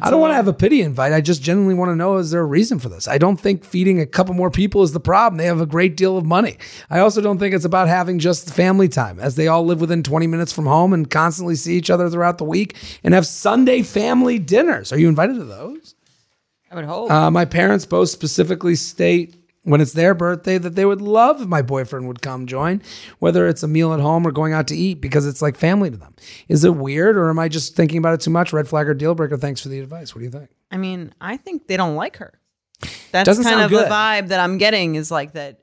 C: I don't want to have a pity invite. I just genuinely want to know is there a reason for this? I don't think feeding a couple more people is the problem. They have a great deal of money. I also don't think it's about having just family time, as they all live within 20 minutes from home and constantly see each other throughout the week and have Sunday family dinners. Are you invited to those?
F: I would hope.
C: Uh, my parents both specifically state when it's their birthday that they would love if my boyfriend would come join, whether it's a meal at home or going out to eat, because it's like family to them. Is it weird or am I just thinking about it too much? Red flag or deal breaker? Thanks for the advice. What do you think?
F: I mean, I think they don't like her. That's
C: Doesn't
F: kind
C: sound
F: of
C: good.
F: the vibe that I'm getting is like that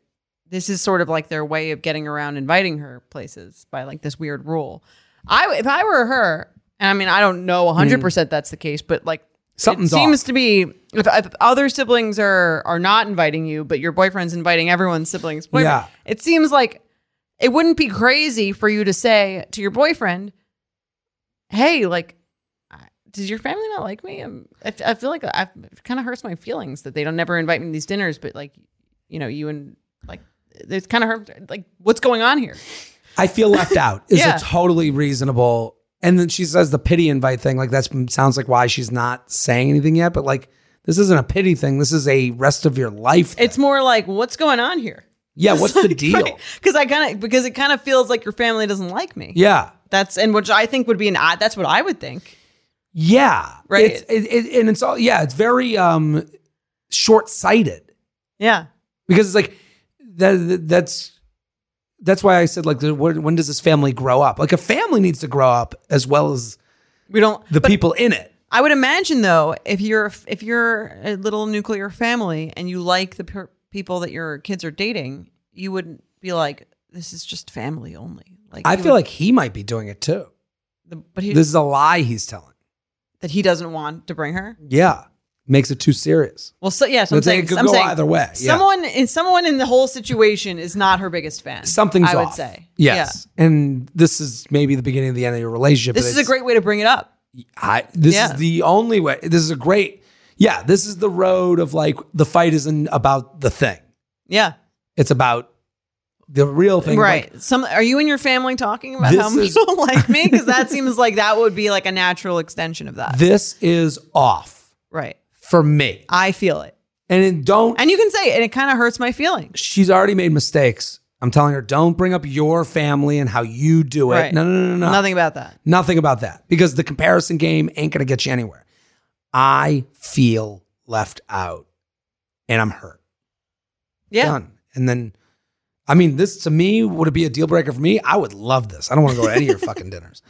F: this is sort of like their way of getting around inviting her places by like this weird rule. I if I were her, and I mean I don't know 100% that's the case, but like
C: Hmm. Something's
F: it seems
C: off.
F: to be if, if other siblings are are not inviting you, but your boyfriend's inviting everyone's siblings. boyfriend,
C: Yeah.
F: It seems like it wouldn't be crazy for you to say to your boyfriend, "Hey, like does your family not like me? I'm, I, f- I feel like I, it kind of hurts my feelings that they don't never invite me to these dinners, but like, you know, you and like, it's kind of hurt. Like, what's going on here?
C: I feel left out is
F: Yeah.
C: a totally reasonable. And then she says the pity invite thing. Like that sounds like why she's not saying anything yet. But like this isn't a pity thing. This is a rest of your life. Thing.
F: It's more like, what's going on here?
C: yeah. What's
F: <laughs>
C: the deal?
F: Because I kind of because it kind of feels like your family doesn't like me.
C: Yeah.
F: that's and which I think would be an odd. That's what I would think.
C: Yeah.
F: Right.
C: It's, it, it, and it's all yeah. It's very um short sighted.
F: Yeah,
C: because it's like that, that- that's that's why I said like the- when when does this family grow up? Like a family needs to grow up as well as
F: we don't.
C: the people in it.
F: I would imagine though, if you're if you're a little nuclear family and you like the per- people that your kids are dating, you wouldn't be like, this is just family only. Like
C: I
F: you
C: feel
F: would-
C: like he might be doing it too.
F: the, but he,
C: This is a lie he's telling.
F: that he doesn't want to bring her.
C: Yeah, makes it too serious.
F: Well, so yeah,
C: But
F: so I'm
C: they
F: saying,
C: could
F: I'm
C: go
F: saying
C: either way, yeah.
F: Someone in someone in the whole situation is not her biggest fan.
C: Something's
F: I would
C: off.
F: say.
C: yes, and this is maybe the beginning of the end of your
F: Yeah.
C: relationship.
F: This
C: but
F: is a
C: it's-
F: great way to bring it up.
C: I, this
F: Yeah.
C: is the only way. This is a great. Yeah, this is the road of like the fight isn't about the thing.
F: Yeah.
C: It's about the real thing. Like,
F: Right. Some are you and your family talking about
C: This
F: how much
C: is-
F: you <laughs> don't like me?
C: <laughs>
F: Because that seems like that would be like a natural extension of that.
C: this is off
F: right.
C: for me.
F: I feel it.
C: And then don't,
F: And you can say, and it kind of hurts my feelings.
C: she's already made mistakes. I'm telling her, don't bring up your family and how you do it.
F: Right.
C: No, no, no, no. Nothing.
F: Nothing about that.
C: Nothing about that because the comparison game ain't going to get you anywhere. I feel left out and I'm hurt.
F: Yeah.
C: Done. And then, I mean, this to me, would it be a deal breaker for me? I would love this. I don't want to go to any of your fucking dinners.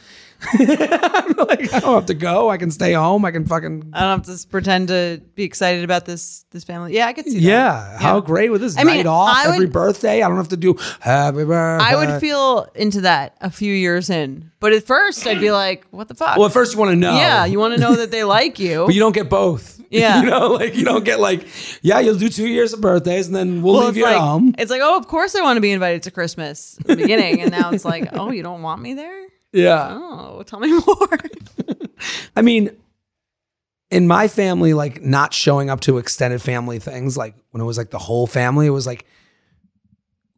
C: <laughs> I'm like, I don't have to go. I can stay home. I can fucking.
F: I don't have to s- pretend to be excited about this this family. Yeah, I could see that.
C: Yeah, how great would this
F: I
C: night
F: mean,
C: off
F: I
C: every
F: would-
C: birthday? I don't have to do happy birthday.
F: I would feel into that a few years in. But at first, I'd be like, what the fuck?
C: Well, at first you want to know.
F: yeah, you want to know that they
C: <laughs>
F: like you.
C: but you don't get both.
F: Yeah.
C: you know, like you don't get like, yeah, you'll do two years of birthdays and then we'll,
F: Well,
C: leave
F: it's
C: you
F: like,
C: at home.
F: It's like, oh, of course I want to be invited to Christmas in the beginning. and now
C: <laughs>
F: it's like, oh, you don't want me there?
C: Yeah,
F: Oh, tell me <laughs> more.
C: <laughs> I mean, in my family, like not showing up to extended family things, like when it was like the whole family, it was like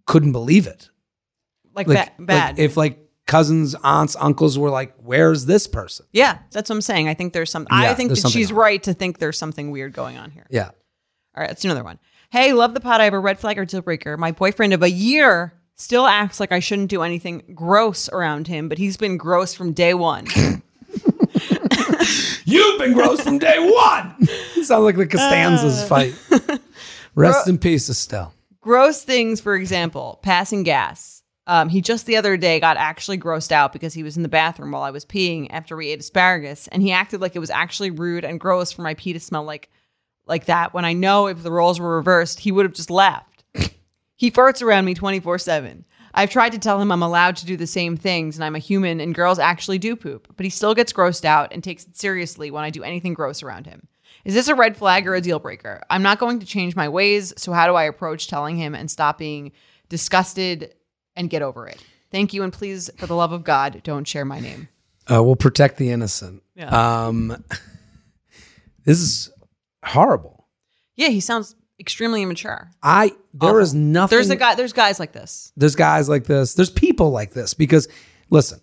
C: couldn't believe it.
F: like,
C: Like
F: ba- bad.
C: Like, if like cousins, aunts, uncles were like, "Where's this person?"
F: yeah, that's what I'm saying. I think there's some.
C: Yeah,
F: I think
C: there's
F: that
C: something
F: she's
C: on.
F: right to think there's something weird going on here.
C: Yeah,
F: All right, that's another one. Hey, love the pod. I have a red flag or deal breaker. My boyfriend of a year still acts like I shouldn't do anything gross around him, but he's been gross from day one.
C: You've been gross from day one. <laughs> Sounds like the
F: Uh.
C: Costanzas fight.
F: <laughs>
C: Rest in peace, Estelle.
F: gross things, for example, passing gas. Um, he just the other day got actually grossed out because he was in the bathroom while I was peeing after we ate asparagus, and he acted like it was actually rude and gross for my pee to smell like like that. When I know if the roles were reversed, he would have just laughed. he farts around me twenty four seven. I've tried to tell him I'm allowed to do the same things and I'm a human and girls actually do poop, but he still gets grossed out and takes it seriously when I do anything gross around him. Is this a red flag or a deal breaker? I'm not going to change my ways, so how do I approach telling him and stop being disgusted, and get over it. Thank you, and please, for the love of God, don't share my name.
C: Uh, we'll protect the innocent.
F: Yeah.
C: Um, <laughs> this is horrible.
F: Yeah, he sounds extremely immature.
C: I there is
F: Awful.
C: nothing.
F: There's a guy. There's guys like this.
C: There's guys like this. There's people like this because listen,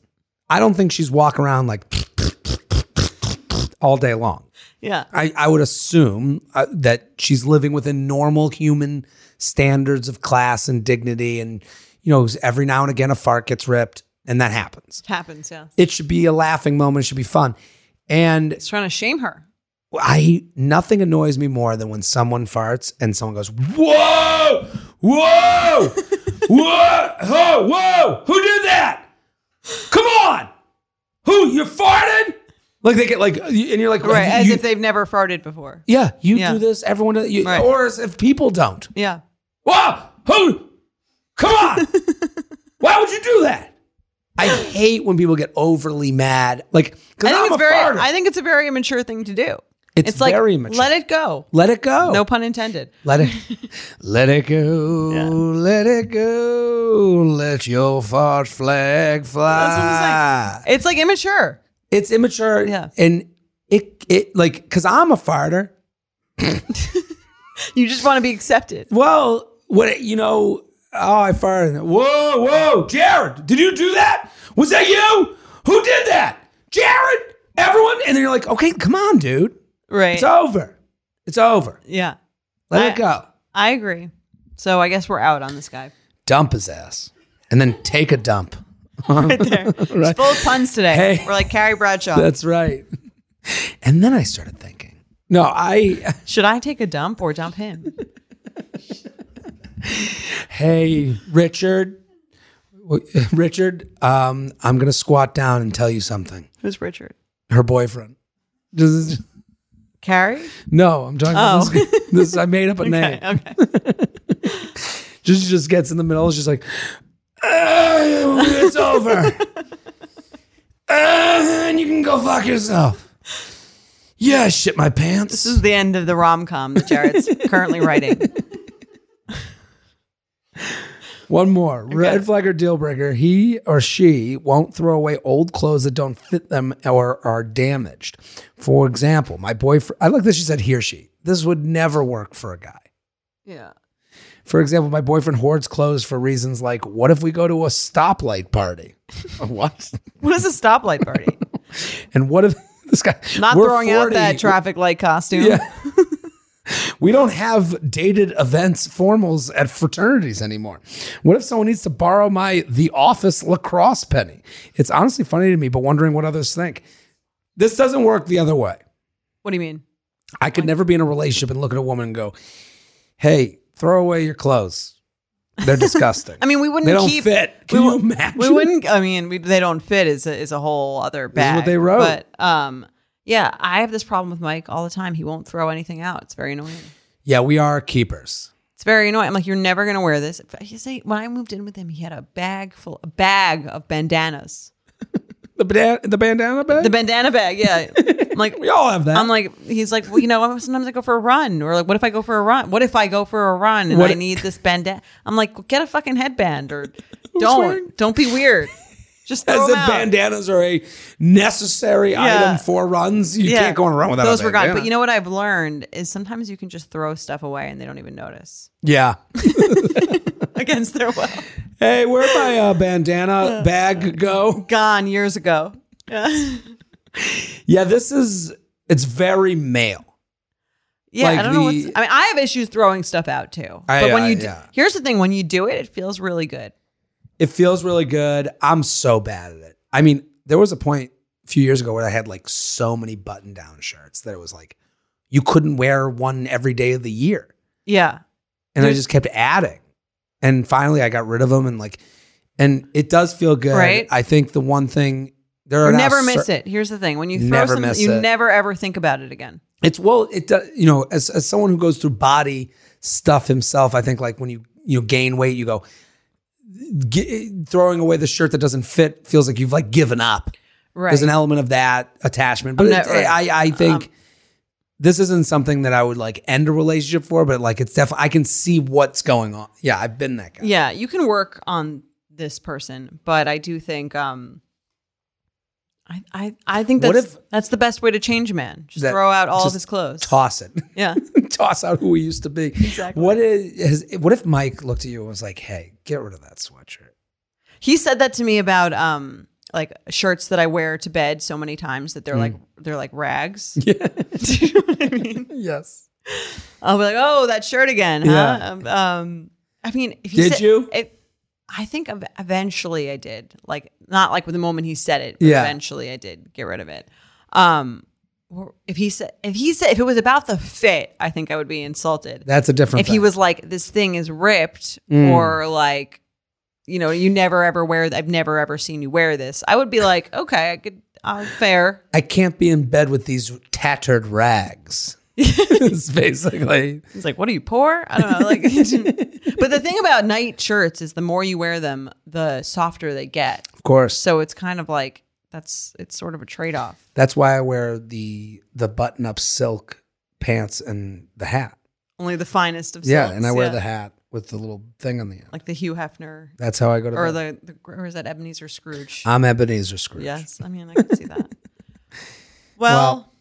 C: I don't think she's walking around like all day long.
F: Yeah.
C: I, I would assume uh, that she's living within normal human standards of class and dignity. And, you know, every now and again a fart gets ripped, and that happens.
F: Happens. Yeah.
C: It should be a laughing moment. It should be fun. And
F: He's trying to shame her.
C: I nothing annoys me more than when someone farts and someone goes, Whoa,
F: <laughs>
C: whoa, whoa, whoa, whoa, who did that? Come on. Who you farted? Like they get like and you're like
F: Right. As
C: you-
F: if they've never farted before.
C: yeah, you
F: Yeah.
C: do this, everyone does you,
F: Right.
C: or as if people don't.
F: Yeah.
C: Wow, who? Come
F: <laughs>
C: on. Why would you do that? I hate when people get overly mad. Like,
F: I
C: because
F: think
C: I'm a
F: it's very.
C: farter.
F: I think it's a very immature thing to do.
C: it's,
F: like
C: very mature.
F: let it go.
C: let it go.
F: No pun intended.
C: Let
F: <laughs>
C: it let it go. Let it go. Let your fart flag fly.
F: It's like immature.
C: It's immature.
F: Yeah.
C: And it it like cause I'm a farter.
F: You just want to be accepted.
C: Well, what it- you know, oh I farted. Whoa, whoa, Jared, did you do that? Was that you? Who did that? Jared? Everyone? And then you're like, okay, come on, dude.
F: Right.
C: It's over. It's over.
F: yeah.
C: Let
F: I-
C: it go.
F: I agree. So I guess we're out on this guy.
C: Dump his ass. And then take a
F: <laughs>
C: dump. <laughs>
F: It's full of puns today.
C: Hey.
F: We're like Carrie Bradshaw.
C: That's right. And then I started thinking. No, I
F: Should I take a dump or dump
C: <laughs>
F: him?
C: hey Richard W- Richard, um, I'm gonna squat down and tell you something.
F: Who's Richard?
C: Her boyfriend. Just-
F: Carrie?
C: no, I'm talking about
F: Oh.
C: this, guy. <laughs> this I made up a name.
F: Okay.
C: <laughs> Just just gets in the middle, it's just like "Ah, it's over. Ah, and you can go fuck yourself. Yeah, I shit my pants.
F: This is the end of the rom com
C: <laughs>
F: that Jared's currently writing.
C: One more red flag or deal breaker. He or she won't throw away old clothes that don't fit them or are damaged. For example, my boyfriend, I like that she said he or she. This would never work for a guy.
F: Yeah.
C: For example, my boyfriend hoards clothes for reasons like what if we go to a stoplight party? <laughs> what?
F: What is a stoplight party?
C: And what if <laughs> this guy?
F: Not
C: we're
F: throwing out
C: 40.
F: that traffic light costume.
C: Yeah. <laughs> We don't have dated events formals at fraternities anymore. What if someone needs to borrow my the office lacrosse penny? It's honestly funny to me, but wondering what others think. This doesn't work the other way.
F: What do you mean?
C: I could never be in a relationship and look at a woman and go, "Hey, throw away your clothes. They're disgusting.
F: <laughs> I mean, we wouldn't
C: they don't
F: keep
C: fit. Can you imagine?
F: We wouldn't. I mean, we, they don't fit is a, is a whole other
C: is
F: bag.
C: what they wrote.
F: But um, yeah, I have this problem with Mike all the time. He won't throw anything out. It's very annoying.
C: Yeah, we are keepers.
F: It's very annoying. I'm like, you're never gonna wear this. He say when I moved in with him, he had a bag full, a bag of bandanas.
C: The banda- the bandana bag.
F: The bandana bag, yeah. I'm
C: <laughs>
F: like,
C: we all have that.
F: I'm like, he's like, well, you know, sometimes I go for a run, or like, what if I go for a run? What if I go for a run and
C: What
F: I
C: i-
F: need this bandana? I'm like, well, get a fucking
C: <laughs>
F: headband, or
C: wearing-
F: don't, don't be weird.
C: <laughs>
F: Just throw
C: as if
F: them out.
C: bandanas are a necessary
F: Yeah.
C: item for runs. You can't go on a run without
F: those
C: a
F: were gone.
C: bandana.
F: But you know what I've learned is sometimes you can just throw stuff away and they don't even notice <laughs>
C: Yeah.
F: against their will.
C: Hey, where'd my uh,
F: <laughs>
C: bandana bag go?
F: Gone years ago. Yeah,
C: Yeah, this is it's very male.
F: yeah.
C: Like
F: I don't know. What's,
C: the-
F: I mean, I have issues throwing stuff out too.
C: I-
F: but when
C: I-
F: you do,
C: yeah.
F: here's the thing: when you do it, it feels really good.
C: It feels really good. I'm so bad at it. I mean, there was a point a few years ago where I had like so many button-down shirts that it was like you couldn't wear one every day of the year.
F: Yeah,
C: And I
F: There's-
C: just kept adding. And finally I got rid of them and like and it does feel good.
F: Right.
C: I think the one thing there are
F: you
C: now
F: never
C: cer-
F: miss it. Here's the thing: when you throw
C: Never
F: something,
C: miss
F: you
C: it.
F: never ever think about it again.
C: it's well it does you know as, as someone who goes through body stuff himself i think like when you you know gain weight you go g- throwing away the shirt that doesn't fit feels like you've like given up
F: Right.
C: there's an element of that attachment but
F: I'm
C: it-
F: not- right. Um,
C: i i think this isn't something that I would like end a relationship for, but like it's definitely I can see what's going on. Yeah, I've been that guy.
F: Yeah, you can work on this person, but I do think um I I, I think
C: What
F: that's
C: if-
F: that's the best way to change a man. Just
C: That-
F: throw out all of
C: just
F: his clothes.
C: Toss it.
F: <laughs> yeah.
C: <laughs> Toss out who we used to be.
F: Exactly.
C: What is has, what if Mike looked at you and was like, "Hey, get rid of that sweatshirt."
F: He said that to me about um like shirts that I wear to bed so many times that they're
C: Mm.
F: like they're like rags. <laughs>
C: Yeah.
F: Do you know what I
C: <laughs>
F: <laughs> mean?
C: yes.
F: I'll be like, oh, that shirt again, huh?
C: Yeah.
F: Um, um, I mean, if he
C: Did
F: said-
C: you?
F: If, I think ev- eventually I did. Like, not like with the moment he said it. But
C: Yeah.
F: Eventually, I did get rid of it. Um, or if he said, if he said, if it was about the fit, I think I would be insulted.
C: That's a different
F: if he
C: thing.
F: was like, this thing is ripped,
C: Mm.
F: or like, you know, you never ever wear. I've never ever seen you wear this. I would be like, okay, I could. I'm fair.
C: I can't be in bed with these tattered rags. <laughs> it's basically
F: He's like, "What are you poor?" I don't know. Like, <laughs> but the thing about night shirts is the more you wear them, the softer they get.
C: Of course.
F: So it's kind of like that's it's sort of a trade off.
C: That's why I wear the the button up silk pants and the hat.
F: Only the finest of
C: yeah,
F: silks,
C: and I wear
F: yeah.
C: the hat with the little thing on the end.
F: like the Hugh Hefner
C: That's how I go to
F: or
C: bed.
F: the, the or is that Ebenezer Scrooge?
C: I'm Ebenezer Scrooge.
F: yes, I mean I can
C: <laughs>
F: see that. Well,
C: Well,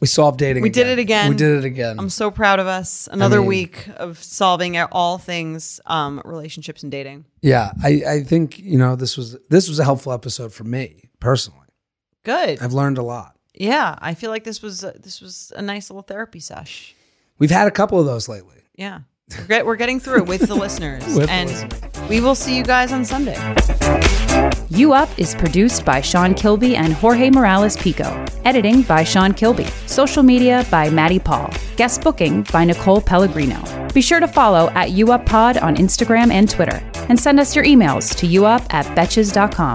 C: We solved dating.
F: We did it again.
C: We did it again.
F: I'm so proud of us. Another
C: mean-
F: week of solving all things um, relationships and dating.
C: yeah, I, I think you know this was this was a helpful episode for me personally.
F: Good.
C: I've learned a lot.
F: yeah, I feel like this was a, this was a nice little therapy sesh.
C: We've had a couple of those lately.
F: Yeah. We're, get, we're getting through <laughs> with the listeners.
C: With the
F: and we will see you guys on Sunday.
I: You Up is produced by Sean Kilby and Jorge Morales Pico. Editing by Sean Kilby. Social media by Maddie Paul. Guest booking by Nicole Pellegrino. Be sure to follow at You Up Pod on Instagram and Twitter. And send us your emails to youup at betches.com.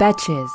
I: Betches.